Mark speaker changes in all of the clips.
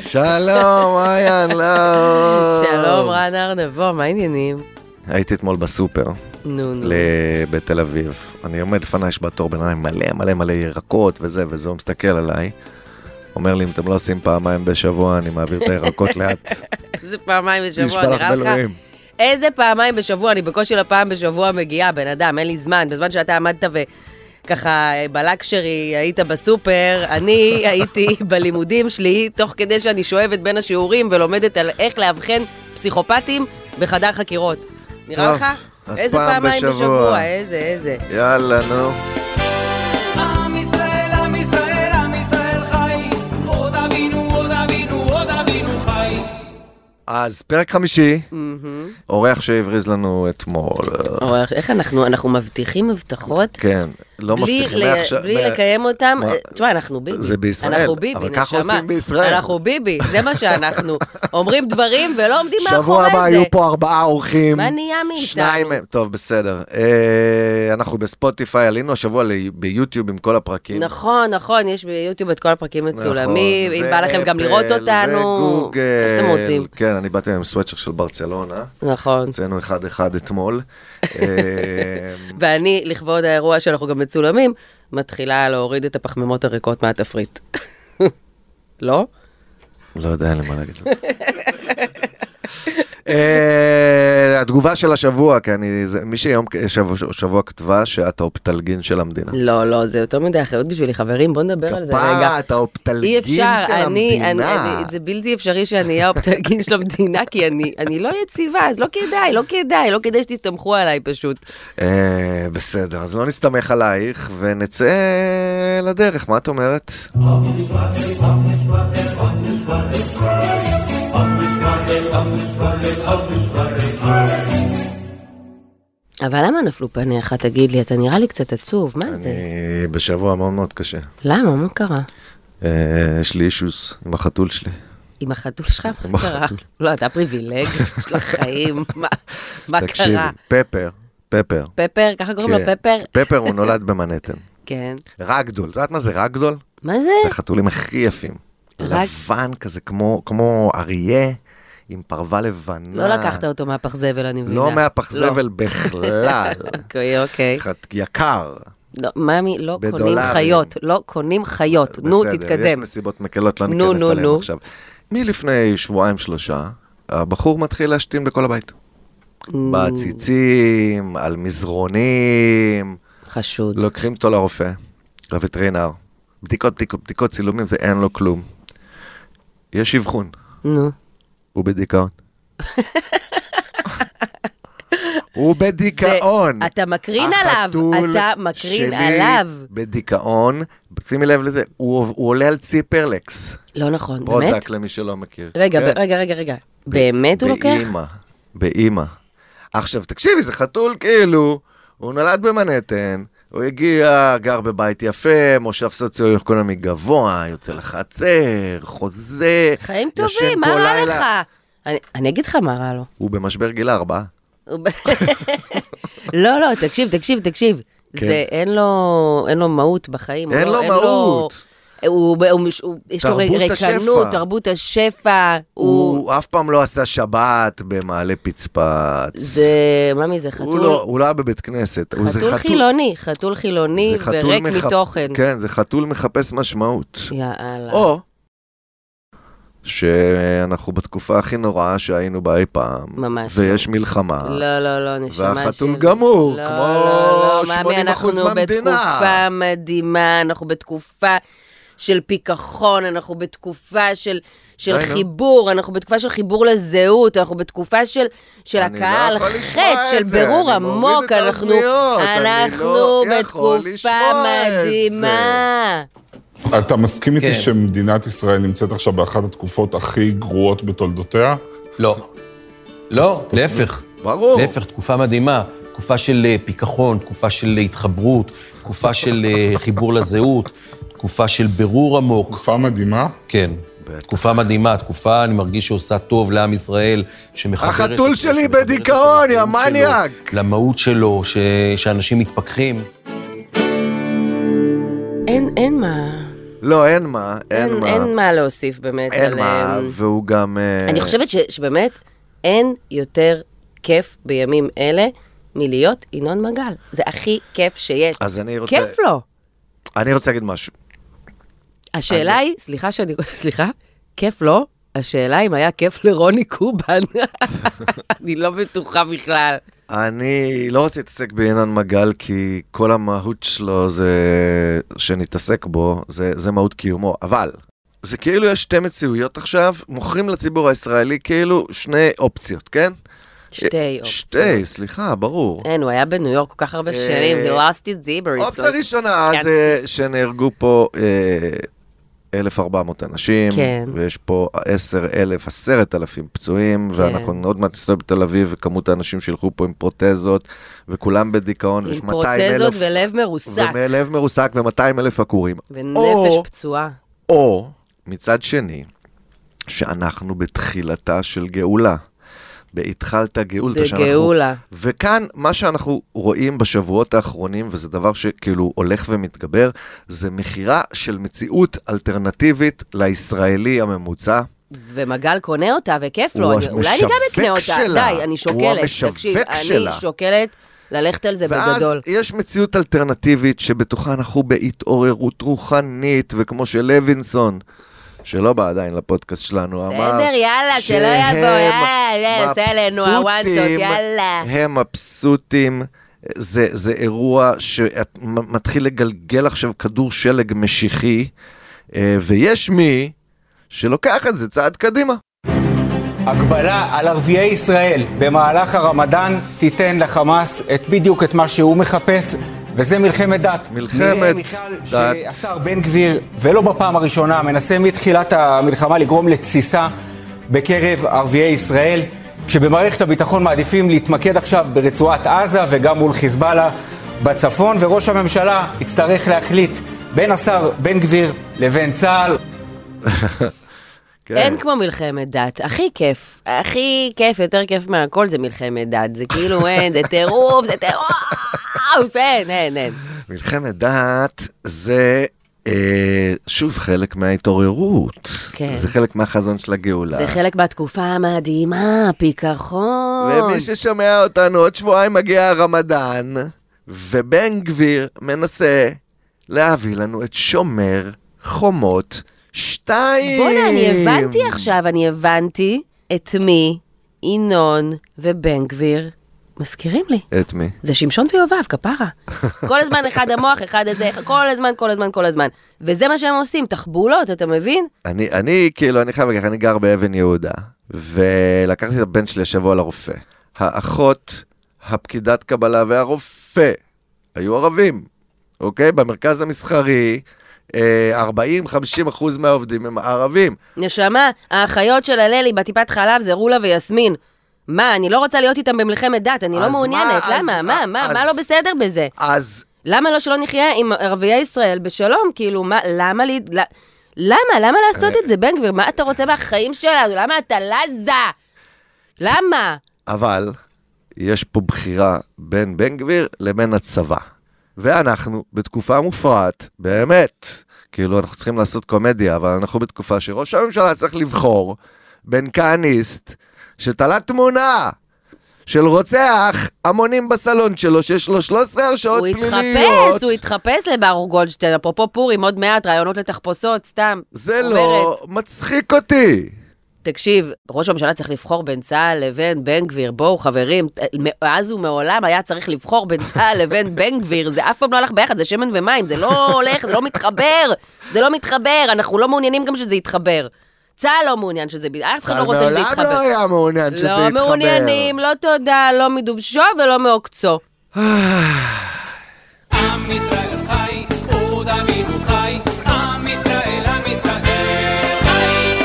Speaker 1: שלום, איין לאו.
Speaker 2: שלום, רן ארנבו, מה העניינים?
Speaker 1: הייתי אתמול בסופר
Speaker 2: נו, נו.
Speaker 1: ל- בתל אביב. אני עומד לפניי, יש בתור ביניים מלא מלא מלא ירקות וזה וזה, הוא מסתכל עליי. אומר לי, אם אתם לא עושים פעמיים בשבוע, אני מעביר את הירקות לאט.
Speaker 2: איזה פעמיים בשבוע,
Speaker 1: נשבע לך
Speaker 2: נראה לך?
Speaker 1: באלוהים.
Speaker 2: איזה פעמיים בשבוע, אני בקושי לפעם בשבוע מגיעה, בן אדם, אין לי זמן. בזמן שאתה עמדת וככה בלקשרי היית בסופר, אני הייתי בלימודים שלי, תוך כדי שאני שואבת בין השיעורים ולומדת על איך לאבחן פסיכופטים בחדר חקירות. נראה
Speaker 1: טוב,
Speaker 2: לך?
Speaker 1: אז
Speaker 2: איזה
Speaker 1: פעם
Speaker 2: פעמיים
Speaker 1: בשבוע.
Speaker 2: בשבוע, איזה, איזה.
Speaker 1: יאללה, נו.
Speaker 3: עם ישראל, עם ישראל, עם ישראל חי. עוד אבינו, עוד אבינו, עוד אבינו חי.
Speaker 1: אז פרק חמישי, אורח שהבריז לנו אתמול.
Speaker 2: אורח, איך אנחנו, אנחנו מבטיחים הבטחות?
Speaker 1: כן, לא
Speaker 2: בלי,
Speaker 1: מבטיחים.
Speaker 2: ל...
Speaker 1: מעכשיו-
Speaker 2: בלי
Speaker 1: מה-
Speaker 2: לקיים אותם,
Speaker 1: מה-
Speaker 2: אה, תשמע, אנחנו ביבי.
Speaker 1: זה בישראל,
Speaker 2: אנחנו ביבי,
Speaker 1: אבל
Speaker 2: נשמה.
Speaker 1: ככה עושים בישראל.
Speaker 2: אנחנו ביבי, זה מה שאנחנו. אומרים דברים ולא עומדים מאחורי זה.
Speaker 1: שבוע הבא יהיו פה ארבעה אורחים.
Speaker 2: מה נהיה מאיתנו?
Speaker 1: שניים מהם, טוב, בסדר. אה, אנחנו בספוטיפיי, עלינו השבוע ל- ביוטיוב עם כל הפרקים.
Speaker 2: נכון, נכון, יש ביוטיוב את כל הפרקים מצולמים,
Speaker 1: נכון,
Speaker 2: אם בא לכם גם לראות
Speaker 1: ואפל,
Speaker 2: אותנו,
Speaker 1: וגוגל.
Speaker 2: מה שאתם רוצים.
Speaker 1: כן, אני באתי עם סוואצ'ר של ברצלונה,
Speaker 2: נכון.
Speaker 1: הוצאנו אחד-אחד אתמול. אה,
Speaker 2: ואני, לכבוד האירוע שאנחנו גם מצולמים, מתחילה להוריד את הפחמימות הריקות מהתפריט. לא?
Speaker 1: לא יודע למה להגיד לך. אה, התגובה של השבוע, כי אני, זה- מי שיום שבוע- שבוע כתבה שאת האופטלגין של המדינה.
Speaker 2: לא, לא, זה יותר מדי אחריות בשבילי, חברים, בואו נדבר על זה רגע.
Speaker 1: כפה, את
Speaker 2: אי
Speaker 1: האופטלגין של
Speaker 2: אפשר, אני, אני,
Speaker 1: המדינה.
Speaker 2: אני, זה בלתי אפשרי שאני אהיה האופטלגין של המדינה, כי אני, אני לא יציבה, אז לא כדאי, לא כדאי, לא כדאי שתסתמכו עליי פשוט.
Speaker 1: אה, בסדר, אז לא נסתמך עלייך ונצא לדרך, מה את אומרת?
Speaker 2: אבל למה נפלו פניך, תגיד לי, אתה נראה לי קצת עצוב, מה זה?
Speaker 1: אני בשבוע מאוד מאוד קשה.
Speaker 2: למה, מה קרה?
Speaker 1: אה, יש לי אישוס עם החתול שלי.
Speaker 2: עם החתול שלך,
Speaker 1: עם
Speaker 2: מה קרה?
Speaker 1: החתול.
Speaker 2: לא, אתה פריבילג, יש לך חיים, מה- מה
Speaker 1: תקשיבי,
Speaker 2: קרה?
Speaker 1: פפר, פפר.
Speaker 2: פפר, ככה קוראים
Speaker 1: כן.
Speaker 2: לו פפר?
Speaker 1: פפר הוא נולד במנהטן.
Speaker 2: כן.
Speaker 1: רגדול, את יודעת מה זה רגדול?
Speaker 2: מה
Speaker 1: זה
Speaker 2: זה?
Speaker 1: החתולים הכי יפים.
Speaker 2: רג-
Speaker 1: לבן כזה, כמו כמו אריה עם פרווה לבנה.
Speaker 2: לא לקחת אותו מהפח זבל, אני מבינה.
Speaker 1: לא מהפח
Speaker 2: לא.
Speaker 1: זבל בכלל.
Speaker 2: אוקיי, אוקיי.
Speaker 1: חת- יקר.
Speaker 2: לא, ממי, לא קונים
Speaker 1: בדולרים.
Speaker 2: חיות, לא קונים חיות. נו,
Speaker 1: בסדר,
Speaker 2: תתקדם.
Speaker 1: יש נסיבות מקלות, לא
Speaker 2: נו,
Speaker 1: ניכנס
Speaker 2: נו,
Speaker 1: אליהן
Speaker 2: נו.
Speaker 1: עכשיו. מלפני שבועיים-שלושה, הבחור מתחיל להשתין בכל הבית. בעציצים, על מזרונים,
Speaker 2: חשוד.
Speaker 1: לוקחים אותו לרופא, לווטרינר. בדיקות, בדיקות, בדיקות, צילומים, זה אין לו כלום. יש אבחון,
Speaker 2: נו.
Speaker 1: הוא בדיכאון. הוא בדיכאון.
Speaker 2: זה- אתה מקרין עליו,
Speaker 1: החתול
Speaker 2: אתה מקרין
Speaker 1: שלי
Speaker 2: עליו.
Speaker 1: בדיכאון, שימי לב לזה, הוא הוא עולה על ציפרלקס.
Speaker 2: לא נכון, באמת?
Speaker 1: פרוזק למי שלא מכיר.
Speaker 2: רגע,
Speaker 1: כן.
Speaker 2: ב- רגע, רגע, רגע. באמת הוא לוקח?
Speaker 1: באימא, באימא. עכשיו, תקשיבי, זה חתול כאילו, הוא נולד במנהטן, הוא הגיע, גר בבית יפה, מושב סוציו-אקונומי גבוה, יוצא לחצר, חוזר,
Speaker 2: חיים
Speaker 1: ישן
Speaker 2: טובים, מה
Speaker 1: כל
Speaker 2: רע
Speaker 1: לילה.
Speaker 2: לך? אני- אני אגיד לך מה רע לו.
Speaker 1: הוא במשבר גיל ארבע.
Speaker 2: הוא ב- לא, לא, תקשיב, תקשיב, תקשיב.
Speaker 1: כן.
Speaker 2: זה, אין לו, אין לו מהות בחיים. הוא
Speaker 1: אין
Speaker 2: לא-
Speaker 1: לו מהות.
Speaker 2: הוא, הוא, הוא, הוא, יש לו
Speaker 1: תרבות
Speaker 2: ריקנות,
Speaker 1: השפע.
Speaker 2: תרבות השפע. הוא,
Speaker 1: הוא אף פעם לא עשה שבת במעלה פצפץ.
Speaker 2: זה, ממי, זה
Speaker 1: הוא
Speaker 2: חתול,
Speaker 1: לא- הוא לא היה בבית כנסת. הוא- זה
Speaker 2: חתול חילוני, חתול חילוני
Speaker 1: זה חתול
Speaker 2: וריק
Speaker 1: מחפ-
Speaker 2: מתוכן.
Speaker 1: כן, זה חתול מחפש משמעות.
Speaker 2: יאללה.
Speaker 1: או שאנחנו בתקופה הכי נוראה שהיינו בה אי פעם,
Speaker 2: ממש
Speaker 1: ויש מלחמה,
Speaker 2: לא, לא, לא, נשמה שלי.
Speaker 1: והחתול גמור,
Speaker 2: לא,
Speaker 1: כמו
Speaker 2: לא, לא,
Speaker 1: 80%
Speaker 2: מאמי, אנחנו
Speaker 1: מהמדינה.
Speaker 2: בתקופה מדהימה, אנחנו בתקופה של פיכחון, אנחנו בתקופה של, של
Speaker 1: די, נו.
Speaker 2: חיבור, אנחנו בתקופה של חיבור לזהות, אנחנו בתקופה של, של
Speaker 1: אני לא
Speaker 2: הקהל
Speaker 1: יכול לשמוע
Speaker 2: חטא,
Speaker 1: את
Speaker 2: של
Speaker 1: זה,
Speaker 2: בירור
Speaker 1: אני מוריד
Speaker 2: עמוק,
Speaker 1: את
Speaker 2: אנחנו,
Speaker 1: האוזניות, אני לא
Speaker 2: אנחנו
Speaker 1: יכול
Speaker 2: בתקופה
Speaker 1: לשמוע את זה.
Speaker 2: מדהימה.
Speaker 4: אתה מסכים איתי
Speaker 5: כן.
Speaker 4: שמדינת ישראל נמצאת עכשיו באחת התקופות הכי גרועות בתולדותיה?
Speaker 5: לא. לא,
Speaker 4: תס-
Speaker 5: להפך.
Speaker 1: ברור.
Speaker 5: להפך, תקופה מדהימה. תקופה של אה, פיכחון, תקופה של אה, התחברות, תקופה של אה, חיבור לזהות, תקופה של בירור עמוק.
Speaker 4: תקופה מדהימה.
Speaker 5: כן.
Speaker 1: בטח.
Speaker 5: תקופה מדהימה, תקופה, אני מרגיש שעושה טוב לעם ישראל, שמחברת...
Speaker 1: החתול
Speaker 5: אותו,
Speaker 1: שלי
Speaker 5: שמחברת אותו
Speaker 1: בדיכאון, יא
Speaker 5: למציאות שלו,
Speaker 1: מניאק.
Speaker 5: למהות שלו, ש- שאנשים מתפכחים.
Speaker 2: אין, אין מה...
Speaker 1: לא, אין מה, אין
Speaker 2: אין-
Speaker 1: מה.
Speaker 2: אין מה להוסיף באמת.
Speaker 1: אין
Speaker 2: על,
Speaker 1: מה,
Speaker 2: אמ,
Speaker 1: והוא גם... אה,
Speaker 2: אני חושבת ש, שבאמת אין יותר כיף בימים אלה מלהיות ינון מגל. זה הכי כיף שיש.
Speaker 1: אז אני רוצה...
Speaker 2: כיף לו.
Speaker 1: אני רוצה להגיד משהו.
Speaker 2: השאלה היא, סליחה שאני... סליחה? כיף לו? השאלה אם היה כיף לרוני קובן. אני לא בטוחה בכלל.
Speaker 1: אני לא רוצה להתעסק בינון מגל, כי כל המהות שלו זה... שנתעסק בו, זה, זה מהות קיומו. אבל, זה כאילו יש שתי מציאויות עכשיו, מוכרים לציבור הישראלי כאילו שני אופציות, כן?
Speaker 2: שתי אופציות.
Speaker 1: שתי, סליחה, ברור.
Speaker 2: אין, הוא היה בניו יורק כל כך הרבה
Speaker 1: אה,
Speaker 2: שנים, the last is deeper.
Speaker 1: אופציה ראשונה זה שנהרגו פה אה, 1,400 אנשים,
Speaker 2: כן.
Speaker 1: ויש פה 10,000, 10,000 פצועים,
Speaker 2: כן.
Speaker 1: ואנחנו עוד מעט נסתובב בתל אביב, וכמות האנשים שילכו פה עם פרוטזות, וכולם בדיכאון, ויש
Speaker 2: עם
Speaker 1: 200,000...
Speaker 2: פרוטזות ולב מרוסק,
Speaker 1: ולב מרוסק ו-200 אלף עקורים. או-
Speaker 2: ונפש פצועה.
Speaker 1: או, מצד שני, שאנחנו בתחילתה של גאולה. בהתחלת גאולתא שאנחנו...
Speaker 2: בגאולה.
Speaker 1: וכאן, מה שאנחנו רואים בשבועות האחרונים, וזה דבר שכאילו הולך ומתגבר, זה מכירה של מציאות אלטרנטיבית לישראלי הממוצע.
Speaker 2: ומגל קונה אותה, וכיף לו.
Speaker 1: הוא
Speaker 2: אני- אולי אני גם
Speaker 1: המשווק
Speaker 2: אקנה אותה.
Speaker 1: שלה.
Speaker 2: די, אני
Speaker 1: הוא
Speaker 2: שוקלת.
Speaker 1: המשווק
Speaker 2: תקשיב,
Speaker 1: שלה.
Speaker 2: אני שוקלת ללכת על זה
Speaker 1: ואז
Speaker 2: בגדול.
Speaker 1: יש מציאות אלטרנטיבית שבתוכה אנחנו בהתעוררות רוחנית, וכמו שלוינסון, שלא בא עדיין לפודקאסט שלנו, אמר...
Speaker 2: בסדר, יאללה, שלא
Speaker 1: שהם
Speaker 2: יבוא, יאללה, עושה עלינו הוואנטות,
Speaker 1: מבסוטים,
Speaker 2: יאללה.
Speaker 1: הם מבסוטים. זה, זה אירוע שמתחיל לגלגל עכשיו כדור שלג משיחי, אה, ויש מי שלוקח את זה צעד קדימה.
Speaker 6: הגבלה על ערביי ישראל במהלך הרמדאן תיתן לחמאס את בדיוק את מה שהוא מחפש, וזה מלחמת דת.
Speaker 1: מלחמת
Speaker 6: נראה, מיכל,
Speaker 1: דת.
Speaker 6: שהשר בן גביר, ולא בפעם הראשונה, מנסה מתחילת המלחמה לגרום לתסיסה בקרב ערביי ישראל, כשבמערכת הביטחון מעדיפים להתמקד עכשיו ברצועת עזה וגם מול חיזבאללה בצפון, וראש הממשלה יצטרך להחליט בין השר בן גביר לבין צה"ל.
Speaker 1: כן.
Speaker 2: אין כמו מלחמת דת, הכי כיף, הכי כיף, יותר כיף מהכל זה מלחמת דת, זה כאילו אין, זה טירוף, זה טירוף, אין, אין, אין.
Speaker 1: מלחמת דת זה אה, שוב חלק מההתעוררות.
Speaker 2: כן.
Speaker 1: זה חלק מהחזון של הגאולה.
Speaker 2: זה חלק מהתקופה המדהימה, פיכחון.
Speaker 1: ומי ששומע אותנו, עוד שבועיים מגיע הרמדאן, ובן גביר מנסה להביא לנו את שומר חומות שתיים.
Speaker 2: בואנה, אני הבנתי עכשיו, אני הבנתי את מי ינון ובן גביר מזכירים לי.
Speaker 1: את מי?
Speaker 2: זה שמשון ויובב, כפרה. כל הזמן אחד המוח, אחד הזה, כל הזמן, כל הזמן, כל הזמן. וזה מה שהם עושים, תחבולות, אתה מבין?
Speaker 1: אני, אני כאילו, אני חייב להגיד, לך, אני גר באבן יהודה, ולקחתי את הבן שלי השבוע לרופא. האחות, הפקידת קבלה והרופא היו ערבים, אוקיי? במרכז המסחרי, אה, 40-50 אחוז מהעובדים הם ערבים.
Speaker 2: נשמה, האחיות של הללי בטיפת חלב זה רולה ויסמין. מה, אני לא רוצה להיות איתם במלחמת דת, אני לא
Speaker 1: אז
Speaker 2: מעוניינת,
Speaker 1: מה, אז-
Speaker 2: למה? מה, מה,
Speaker 1: אז-
Speaker 2: מה לא בסדר בזה?
Speaker 1: אז
Speaker 2: למה לא שלא נחיה עם ערביי ישראל בשלום? כאילו, מה, למה לי... ל- למה? למה לעשות את זה, בן גביר? מה אתה רוצה מהחיים שלנו? למה אתה לזה? למה?
Speaker 1: אבל יש פה בחירה בין בן גביר לבין הצבא. ואנחנו בתקופה מופרעת, באמת, כאילו אנחנו צריכים לעשות קומדיה, אבל אנחנו בתקופה שראש הממשלה צריך לבחור בין כהניסט שתלה תמונה של רוצח המונים בסלון שלו, שיש לו 13 הרשעות
Speaker 2: הוא
Speaker 1: פליליות.
Speaker 2: התחפש, הוא התחפש לברוך גולדשטיין, אפרופו פורים, עוד מעט רעיונות לתחפושות, סתם.
Speaker 1: זה לא מצחיק אותי.
Speaker 2: תקשיב, ראש הממשלה צריך לבחור בין צה"ל לבין בן גביר. בואו, חברים, ת- מאז ומעולם היה צריך לבחור בין צה"ל לבין בן גביר. זה אף פעם לא הלך ביחד, זה שמן ומים, זה לא הולך, זה לא מתחבר. זה לא מתחבר, אנחנו לא מעוניינים גם שזה יתחבר. צה"ל לא מעוניין שזה... אף אחד לא רוצה שזה
Speaker 1: מעולם לא
Speaker 2: יתחבר.
Speaker 1: היה מעוניין שזה
Speaker 2: לא
Speaker 1: יתחבר.
Speaker 2: מעוניינים, לא תודה, לא מדובשו ולא מעוקצו.
Speaker 3: עם ישראל חי, עוד אבינו חי, עם ישראל, עם ישראל חי.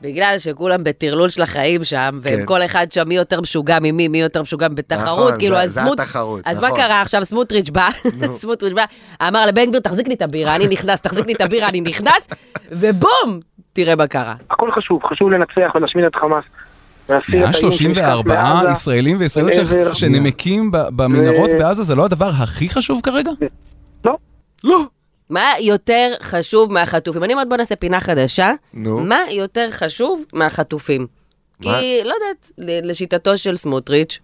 Speaker 2: בגלל שכולם בטרלול של החיים שם,
Speaker 1: כן.
Speaker 2: והם כל אחד שם מי יותר משוגע ממי, מי יותר משוגע בתחרות,
Speaker 1: נכון,
Speaker 2: כאילו,
Speaker 1: זה-
Speaker 2: אז
Speaker 1: זה
Speaker 2: סמוט-
Speaker 1: התחרות,
Speaker 2: אז
Speaker 1: נכון.
Speaker 2: מה קרה עכשיו? סמוטריץ' בא, סמוטריץ' בא, אמר לבן גביר, תחזיק לי את הבירה, אני נכנס, תחזיק לי את הבירה, אני נכנס, ובום! תראה מה קרה.
Speaker 7: הכל חשוב, חשוב לנצח ולהשמיד את חמאס. להסיר את האיום שנשקף
Speaker 8: 134
Speaker 7: מעזה.
Speaker 8: ישראלים וישראליות ש-
Speaker 7: לעבר-
Speaker 8: שנמקים ב- במנהרות
Speaker 7: ו-
Speaker 8: בעזה, זה לא הדבר הכי חשוב כרגע?
Speaker 7: לא,
Speaker 1: לא.
Speaker 2: מה יותר חשוב מהחטופים? אני אומרת, בוא נעשה פינה חדשה.
Speaker 1: נו.
Speaker 2: מה יותר חשוב מהחטופים?
Speaker 1: מה?
Speaker 2: כי, לא יודעת, ל- לשיטתו של סמוטריץ',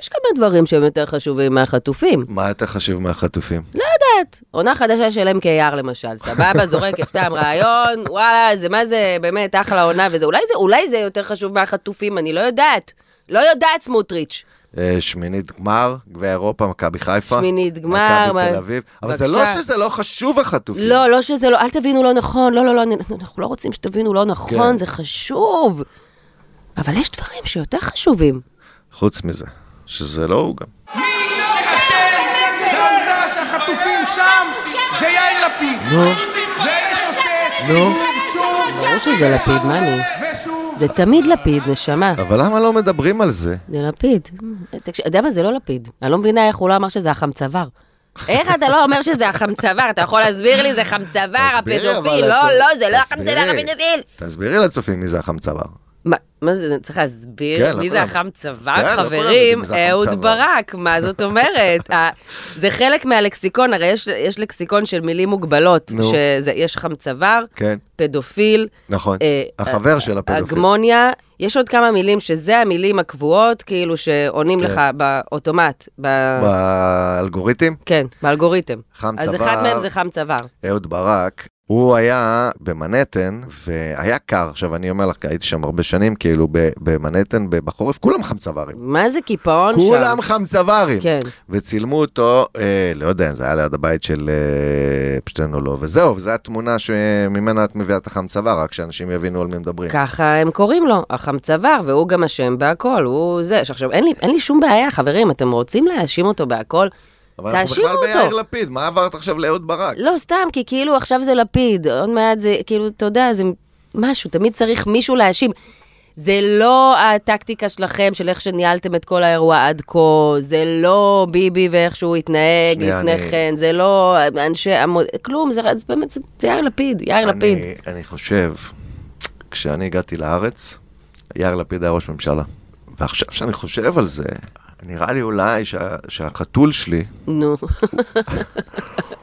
Speaker 2: יש כמה דברים שהם יותר חשובים מהחטופים.
Speaker 1: מה יותר חשוב מהחטופים?
Speaker 2: לא. יודעת, עונה חדשה של MKR למשל, סבבה, זורק, סתם רעיון, וואלה, זה מה זה, באמת, אחלה עונה וזה, אולי זה, אולי זה יותר חשוב מהחטופים, אני לא יודעת. לא יודעת, סמוטריץ'.
Speaker 1: אה, שמינית גמר, גביע אירופה, מכבי חיפה.
Speaker 2: שמינית גמר,
Speaker 1: מכבי
Speaker 2: מה-
Speaker 1: תל אביב. אבל זה לא
Speaker 2: בבקשה.
Speaker 1: שזה לא חשוב החטופים.
Speaker 2: לא, לא שזה לא, אל תבינו לא נכון, לא, לא, לא, אני- אנחנו לא רוצים שתבינו לא נכון,
Speaker 1: כן.
Speaker 2: זה חשוב. אבל יש דברים שיותר חשובים.
Speaker 1: חוץ מזה, שזה לא הוא גם.
Speaker 8: מי שאשם לעובדה שהחטופים שם זה יאיר לפיד.
Speaker 1: נו.
Speaker 8: והאיש עושה
Speaker 1: נו.
Speaker 8: סיבוב שוב
Speaker 2: ברור שזה לפיד, מה אני?
Speaker 8: ושוב.
Speaker 2: זה תמיד לפיד, נשמה.
Speaker 1: אבל למה לא מדברים על זה?
Speaker 2: זה לפיד. תקשיב, אתה יודע מה? זה לא לפיד. אני לא מבינה איך הוא לא אמר שזה החמצבר. איך אתה לא אומר שזה החמצבר? אתה יכול להסביר לי, זה חמצבר,
Speaker 1: תסבירי, אבל
Speaker 2: הפדופיל. לא,
Speaker 1: לצופ-
Speaker 2: לא, זה לא
Speaker 1: תסבירי.
Speaker 2: החמצבר, הפדופיל.
Speaker 1: תסבירי לצופים מי זה החמצבר.
Speaker 2: מה- מה זה, צריך
Speaker 1: כן,
Speaker 2: להסביר?
Speaker 1: לא
Speaker 2: מי זה
Speaker 1: כולם- כן, לא
Speaker 2: החמצבר?
Speaker 1: כולם יודעים
Speaker 2: חברים,
Speaker 1: מי זה
Speaker 2: אהוד
Speaker 1: החמצבר.
Speaker 2: ברק, מה זאת אומרת? ה- זה חלק מהלקסיקון, הרי יש- יש לקסיקון של מילים מוגבלות,
Speaker 1: נו.
Speaker 2: שיש חמצבר,
Speaker 1: כן,
Speaker 2: פדופיל,
Speaker 1: נכון.
Speaker 2: אה,
Speaker 1: החבר של הפדופיל.
Speaker 2: הגמוניה, יש עוד כמה מילים שזה המילים הקבועות, כאילו שעונים
Speaker 1: כן.
Speaker 2: לך באוטומט, ב...
Speaker 1: באלגוריתם,
Speaker 2: כן, באלגוריתם.
Speaker 1: חם
Speaker 2: אז
Speaker 1: צוואר.
Speaker 2: אחד מהם זה חם צוואר.
Speaker 1: אהוד ברק, הוא היה במנהטן, והיה קר. עכשיו, אני אומר לך, הייתי שם הרבה שנים, כאילו, ב- במנהטן, ב- בחורף, כולם חמצווארים.
Speaker 2: מה זה קיפאון שם?
Speaker 1: כולם חמצווארים.
Speaker 2: כן.
Speaker 1: וצילמו אותו, אה, לא יודע, זה היה ליד הבית של אה, פשטנולו, וזהו, וזו התמונה שממנה את מביאה את החמצוואר, רק שאנשים יבינו על מי מדברים.
Speaker 2: ככה הם קוראים לו, החם צוואר, והוא גם אשם בהכל, הוא זה. שעכשיו, אין לי, אין לי שום בעיה, חברים, אתם רוצים להאשים אותו בהכל?
Speaker 1: אבל אנחנו
Speaker 2: תאשימו
Speaker 1: בכלל ביאיר
Speaker 2: אותו.
Speaker 1: לפיד, מה עברת עכשיו לאהוד ברק?
Speaker 2: לא, סתם, כי כאילו עכשיו זה לפיד, עוד מעט זה, כאילו, אתה יודע, זה משהו, תמיד צריך מישהו להאשים. זה לא הטקטיקה שלכם, של איך שניהלתם את כל האירוע עד כה, זה לא ביבי ואיך שהוא התנהג
Speaker 1: שנייה,
Speaker 2: לפני
Speaker 1: אני-
Speaker 2: כן, זה לא אנשי המוד... כלום, זה, זה באמת, זה, זה יאיר לפיד, יאיר לפיד.
Speaker 1: אני, אני חושב, כשאני הגעתי לארץ, יאיר לפיד היה ראש ממשלה. ועכשיו שאני חושב על זה, נראה לי אולי שה, שהחתול שלי,
Speaker 2: נו,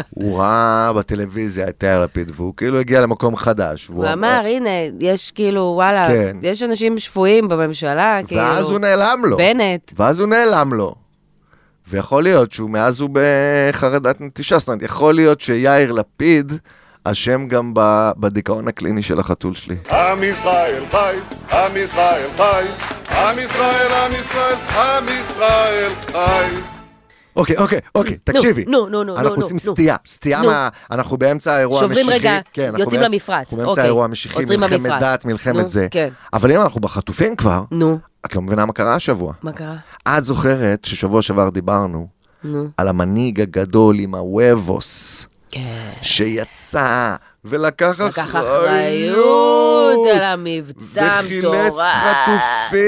Speaker 1: הוא ראה בטלוויזיה את יאיר לפיד, והוא כאילו הגיע למקום חדש. והוא
Speaker 2: הוא אמר, הנה, יש כאילו, וואלה,
Speaker 1: כן.
Speaker 2: יש אנשים שפויים בממשלה, כאילו,
Speaker 1: ואז הוא נעלם לו.
Speaker 2: בנט.
Speaker 1: ואז הוא נעלם לו. ויכול להיות שהוא מאז הוא בחרדת נטישה, זאת אומרת, יכול להיות שיאיר לפיד אשם גם ב- בדיכאון הקליני של החתול שלי.
Speaker 9: עם ישראל חי, עם ישראל חי, עם ישראל, עם ישראל, עם ישראל חי.
Speaker 1: אוקיי, אוקיי, אוקיי, תקשיבי.
Speaker 2: נו, נו, נו,
Speaker 1: אנחנו
Speaker 2: נו,
Speaker 1: עושים
Speaker 2: נו.
Speaker 1: סטייה, סטייה
Speaker 2: נו.
Speaker 1: מה... אנחנו באמצע האירוע המשיחי.
Speaker 2: שוברים רגע,
Speaker 1: כן, אנחנו
Speaker 2: יוצאים
Speaker 1: באמצע-
Speaker 2: למפרץ,
Speaker 1: אנחנו באמצע
Speaker 2: אוקיי.
Speaker 1: האירוע המשיחי,
Speaker 2: עוצרים
Speaker 1: מלחמת
Speaker 2: במפרץ.
Speaker 1: דת, מלחמת
Speaker 2: נו,
Speaker 1: זה.
Speaker 2: כן.
Speaker 1: אבל אם אנחנו בחטופים כבר,
Speaker 2: נו,
Speaker 1: את לא מבינה מה קרה השבוע.
Speaker 2: מה קרה?
Speaker 1: את זוכרת ששבוע שעבר דיברנו
Speaker 2: נו,
Speaker 1: על המנהיג הגדול עם הוובוס.
Speaker 2: כן.
Speaker 1: שיצא ולקח
Speaker 2: לקח אחריות על המבצע
Speaker 1: וחילץ
Speaker 2: המטורף.
Speaker 1: חטופים,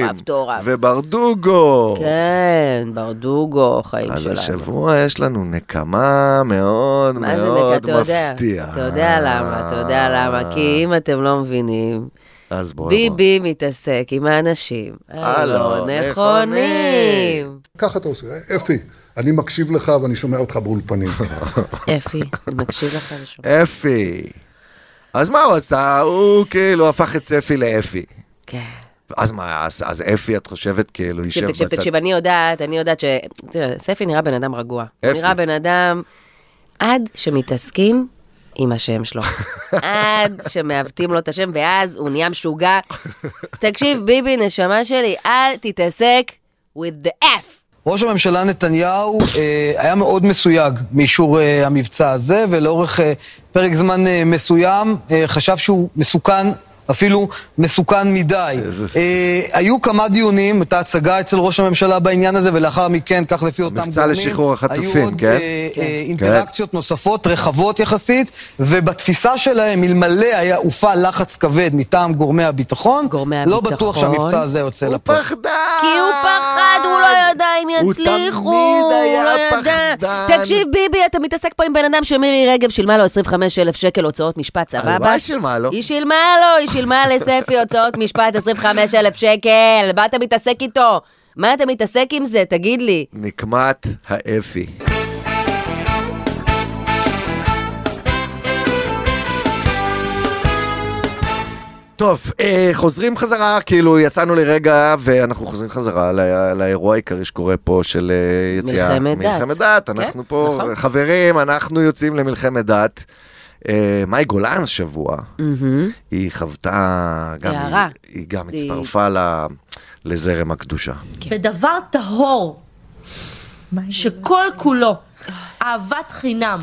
Speaker 2: מטורף, מטורף.
Speaker 1: וברדוגו.
Speaker 2: כן, ברדוגו, חיים
Speaker 1: אז
Speaker 2: שלנו.
Speaker 1: השבוע יש לנו נקמה מאוד
Speaker 2: מה זה
Speaker 1: מאוד
Speaker 2: נקע? אתה יודע,
Speaker 1: מפתיעה.
Speaker 2: אתה יודע למה, אתה יודע למה, כי אם אתם לא מבינים,
Speaker 1: אז בואי, בואי.
Speaker 2: ביבי מתעסק עם האנשים הלא
Speaker 1: הלא נכונים.
Speaker 2: נכונים.
Speaker 10: ככה אתה עושה. אפי, אני מקשיב לך ואני שומע אותך באולפנים.
Speaker 2: אפי, אני מקשיב לך ושומע.
Speaker 1: אפי. אז מה הוא עשה? הוא כאילו הפך את צפי לאפי.
Speaker 2: כן.
Speaker 1: אז מה, אז, אז אפי, את חושבת כאילו יישב
Speaker 2: תקשיב,
Speaker 1: בצד?
Speaker 2: תקשיב, תקשיב, אני יודעת, אני יודעת ש... תראה, ספי נראה בן אדם רגוע. הוא
Speaker 1: אפי.
Speaker 2: נראה בן אדם עד שמתעסקים עם השם שלו. עד שמעוותים לו את השם, ואז הוא נהיה משוגע. תקשיב, ביבי, נשמה שלי, אל תתעסק with the F.
Speaker 11: ראש הממשלה נתניהו אה, היה מאוד מסויג מאישור אה, המבצע הזה, ולאורך אה, פרק זמן אה, מסוים אה, חשב שהוא מסוכן. אפילו מסוכן מדי. אה, היו כמה דיונים, הייתה הצגה אצל ראש הממשלה בעניין הזה, ולאחר מכן, כך לפי אותם
Speaker 1: המבצע לשחרור החטופים,
Speaker 11: היו עוד
Speaker 1: כן?
Speaker 11: אה,
Speaker 1: כן.
Speaker 11: אה, אינטראקציות נוספות, רחבות יחסית, ובתפיסה שלהם, אלמלא היה הופעל לחץ כבד מטעם גורמי הביטחון,
Speaker 2: גורמי
Speaker 11: לא בטוח
Speaker 2: הביטחון.
Speaker 11: שהמבצע הזה יוצא
Speaker 1: הוא
Speaker 11: לפועל.
Speaker 1: פחדן!
Speaker 2: כי הוא פחד, הוא לא ידע אם
Speaker 1: הוא
Speaker 2: יצליחו.
Speaker 1: תמיד היה
Speaker 2: לא ידע.
Speaker 1: פחדן.
Speaker 2: תקשיב, ביבי, אתה מתעסק פה עם בן אדם שמירי רגב שילמה לו 25,000 שקל הוצאות משפט, סבבה?
Speaker 1: הלוואי שילמה לו.
Speaker 2: היא שילמה לו, היא שילמה לספי הוצאות משפט 25,000 שקל. מה אתה מתעסק איתו? מה אתה מתעסק עם זה? תגיד לי.
Speaker 1: נקמת האפי. טוב, אה, חוזרים חזרה, כאילו יצאנו לרגע, ואנחנו חוזרים חזרה לא, לאירוע העיקרי שקורה פה של אה, יציאה.
Speaker 2: מלחמת דת.
Speaker 1: מלחמת דת,
Speaker 2: כן,
Speaker 1: אנחנו פה,
Speaker 2: נכון.
Speaker 1: חברים, אנחנו יוצאים למלחמת דת. אה, מאי גולן השבוע,
Speaker 2: מהמם.
Speaker 1: היא חוותה, גם
Speaker 12: הערה.
Speaker 1: היא, היא גם
Speaker 12: היא-
Speaker 1: הצטרפה ל, לזרם הקדושה.
Speaker 12: בדבר טהור, שכל כולו אהבת חינם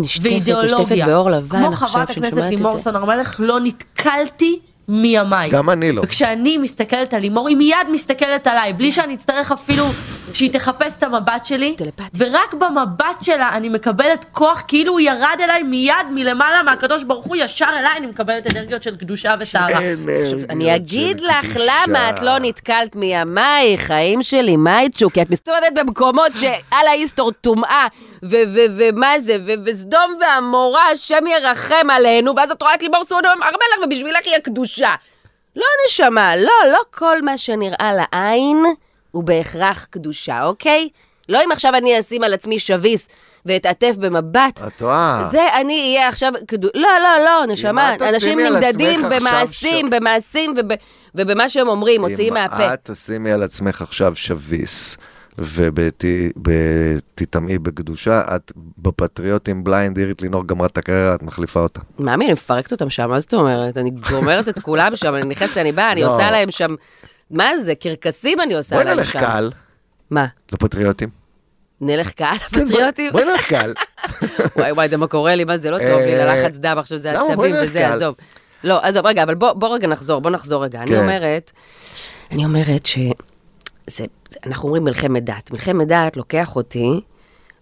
Speaker 2: נשטפת
Speaker 12: ואידיאולוגיה,
Speaker 2: באור לבן
Speaker 12: כמו
Speaker 2: עכשיו
Speaker 12: חברת
Speaker 2: שאני
Speaker 12: הכנסת
Speaker 2: שומעת את
Speaker 12: לימור
Speaker 2: זה.
Speaker 12: סון הר מלך, לא נתקלתי מימיי.
Speaker 1: גם אני לא.
Speaker 12: וכשאני מסתכלת על לימור, היא מיד מסתכלת עליי, בלי שאני אצטרך אפילו שהיא תחפש את המבט שלי, ורק במבט שלה אני מקבלת כוח, כאילו הוא ירד אליי מיד מלמעלה מהקדוש ברוך הוא, ישר אליי אני מקבלת אנרגיות של קדושה וטהרה.
Speaker 1: אה,
Speaker 2: אני אגיד לך למה את לא נתקלת מימייך, חיים שלי, מייצ'ו, כי את מסתובבת במקומות שעל ההיסטור טומאה, ו- ו- ומה זה, ו- וסדום ועמורה, השם ירחם עלינו, ואז את רואה את לימור סון הר מלך, ובשבילך היא הקדושה. לא נשמה, לא, לא כל מה שנראה לעין הוא בהכרח קדושה, אוקיי? לא אם עכשיו אני אשים על עצמי שביס ואתעטף במבט.
Speaker 1: את טועה.
Speaker 2: זה אני אהיה עכשיו קדוש... לא, לא, לא, נשמה,
Speaker 1: אם את תשימי
Speaker 2: אנשים
Speaker 1: על
Speaker 2: נמדדים
Speaker 1: עצמך עכשיו
Speaker 2: במעשים, במעשים וב- ובמה שהם אומרים, מוציאים
Speaker 1: אם
Speaker 2: מהפה.
Speaker 1: את תשימי על עצמך עכשיו שביס ותטמאי בקדושה, את בפטריוטים בליינד אירית לינור גמרה את הקריירה, את מחליפה אותה.
Speaker 2: מאמי, אני מפרקת אותם שם, מה זאת אומרת? אני גומרת את כולם שם, אני נכנסת, אני באה, אני
Speaker 1: לא.
Speaker 2: עושה להם שם... מה זה? קרקסים אני עושה
Speaker 1: בואי
Speaker 2: להם
Speaker 1: נלך
Speaker 2: שם.
Speaker 1: קהל.
Speaker 2: מה?
Speaker 1: לפטריוטים.
Speaker 2: נלך קהל,
Speaker 1: כן,
Speaker 2: הפטריוטים?
Speaker 1: בואי נלך קהל.
Speaker 2: וואי וואי, זה מה קורה לי, מה זה לא טוב לי,
Speaker 1: אה,
Speaker 2: ללחץ דם, עכשיו זה
Speaker 1: למה?
Speaker 2: עצבים
Speaker 1: בואי נלך
Speaker 2: וזה,
Speaker 1: קהל.
Speaker 2: עזוב. לא, עזוב, רגע, אבל בוא בוא רגע נחזור, בוא נחזור רגע. אני
Speaker 13: כן.
Speaker 2: אומרת, אני אומרת ש... זה- זה- אנחנו אומרים מלחמת דת. מלחמת דת לוקח אותי,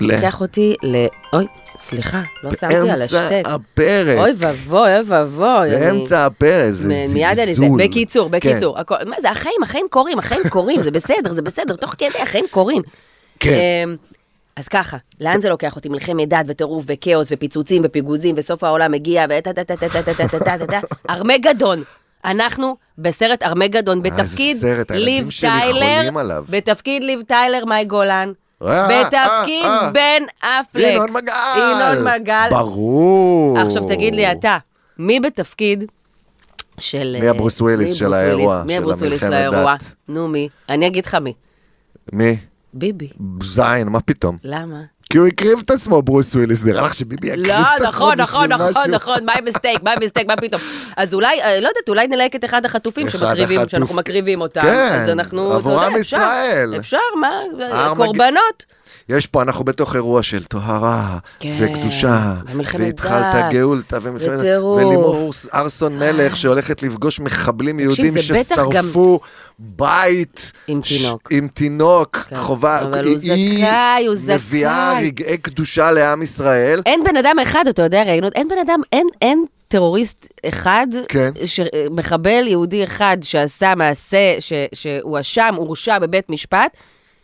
Speaker 13: ל-
Speaker 2: לוקח אותי ל... אוי, סליחה, לא שמתי על
Speaker 1: באמצע
Speaker 2: השטק.
Speaker 1: הפרק.
Speaker 2: אוי ואבוי, אוי ואבוי. אני-
Speaker 1: באמצע הפרק, זה
Speaker 2: מ-
Speaker 1: זלזול.
Speaker 2: מיד אני זה. בקיצור,
Speaker 1: כן.
Speaker 2: בקיצור, הכל, מה זה, החיים, החיים קורים, החיים קורים, זה בסדר, זה בסדר, תוך כדי החיים קורים.
Speaker 1: כן.
Speaker 2: אמ, אז ככה, לאן זה לוקח אותי? מלחמת דת וטירוף וכאוס ופיצוצים ופיגוזים וסוף העולם מגיע ותה תה תה תה תה תה תה תה תה תה ארמגדון. אנחנו בסרט ארמגדון
Speaker 1: איזה
Speaker 2: בתפקיד
Speaker 1: אה, סרט, הילדים
Speaker 2: ליב
Speaker 1: שלי
Speaker 2: טיילר,
Speaker 1: חולים עליו.
Speaker 2: בתפקיד ליב טיילר מאי גולן,
Speaker 1: אה,
Speaker 2: בתפקיד
Speaker 1: אה, אה.
Speaker 2: בן אפלק,
Speaker 1: ינון מגל.
Speaker 2: ינון מגל.
Speaker 1: ברור.
Speaker 2: עכשיו תגיד לי אתה, מי בתפקיד של... אה,
Speaker 1: מי הברוס וויליס
Speaker 2: מי
Speaker 1: של
Speaker 2: ברוס
Speaker 1: האירוע,
Speaker 2: וויליס? מי
Speaker 1: של
Speaker 2: הברוס וויליס של
Speaker 1: המלחמת
Speaker 2: האירוע?
Speaker 1: דת?
Speaker 2: נו מי? אני אגיד לך מי.
Speaker 1: מי?
Speaker 2: ביבי.
Speaker 1: זין, מה פתאום?
Speaker 2: למה?
Speaker 1: כי הוא הקריב את עצמו, ברוס וויליס, נראה לך שביבי הקריב
Speaker 2: לא,
Speaker 1: את עצמו
Speaker 2: נכון,
Speaker 1: בשביל משהו?
Speaker 2: נכון, נכון, נכון, מה עם הסטייק, מה עם הסטייק, מה פתאום. אז אולי, אה, לא יודעת, אולי נלהק את אחד החטופים
Speaker 1: אחד
Speaker 2: שמקריבים,
Speaker 1: החטוף-
Speaker 2: שאנחנו מקריבים אותם.
Speaker 1: כן,
Speaker 2: אז אנחנו, אתה
Speaker 1: עבורם
Speaker 2: יודע, אפשר,
Speaker 1: ישראל. אה,
Speaker 2: אפשר, מה,
Speaker 1: ארמג-
Speaker 2: קורבנות.
Speaker 1: יש פה, אנחנו בתוך אירוע של טוהרה,
Speaker 2: כן,
Speaker 1: וקדושה,
Speaker 2: ומלחמת
Speaker 1: והתחלת
Speaker 2: דת,
Speaker 1: גאולתא, ומלחמת...
Speaker 2: וטירוף.
Speaker 1: ולימור ארסון מלך שהולכת לפגוש מחבלים
Speaker 2: תקשיב,
Speaker 1: יהודים
Speaker 2: זה בטח גם-
Speaker 1: ששרפו בית.
Speaker 2: עם
Speaker 1: ש-
Speaker 2: תינוק. כן,
Speaker 1: עם תינוק, חובה.
Speaker 2: אבל הוא
Speaker 1: היא-
Speaker 2: זכאי, הוא
Speaker 1: היא מביאה
Speaker 2: זכאי. אה,
Speaker 1: רגעי קדושה לעם ישראל.
Speaker 2: אין בן אדם אחד, אתה יודע, ראיינות, אין בן אדם, אין, אין טרוריסט אחד,
Speaker 1: כן.
Speaker 2: ש- אה, מחבל יהודי אחד שעשה מעשה ש, שהואשם, הורשע בבית משפט,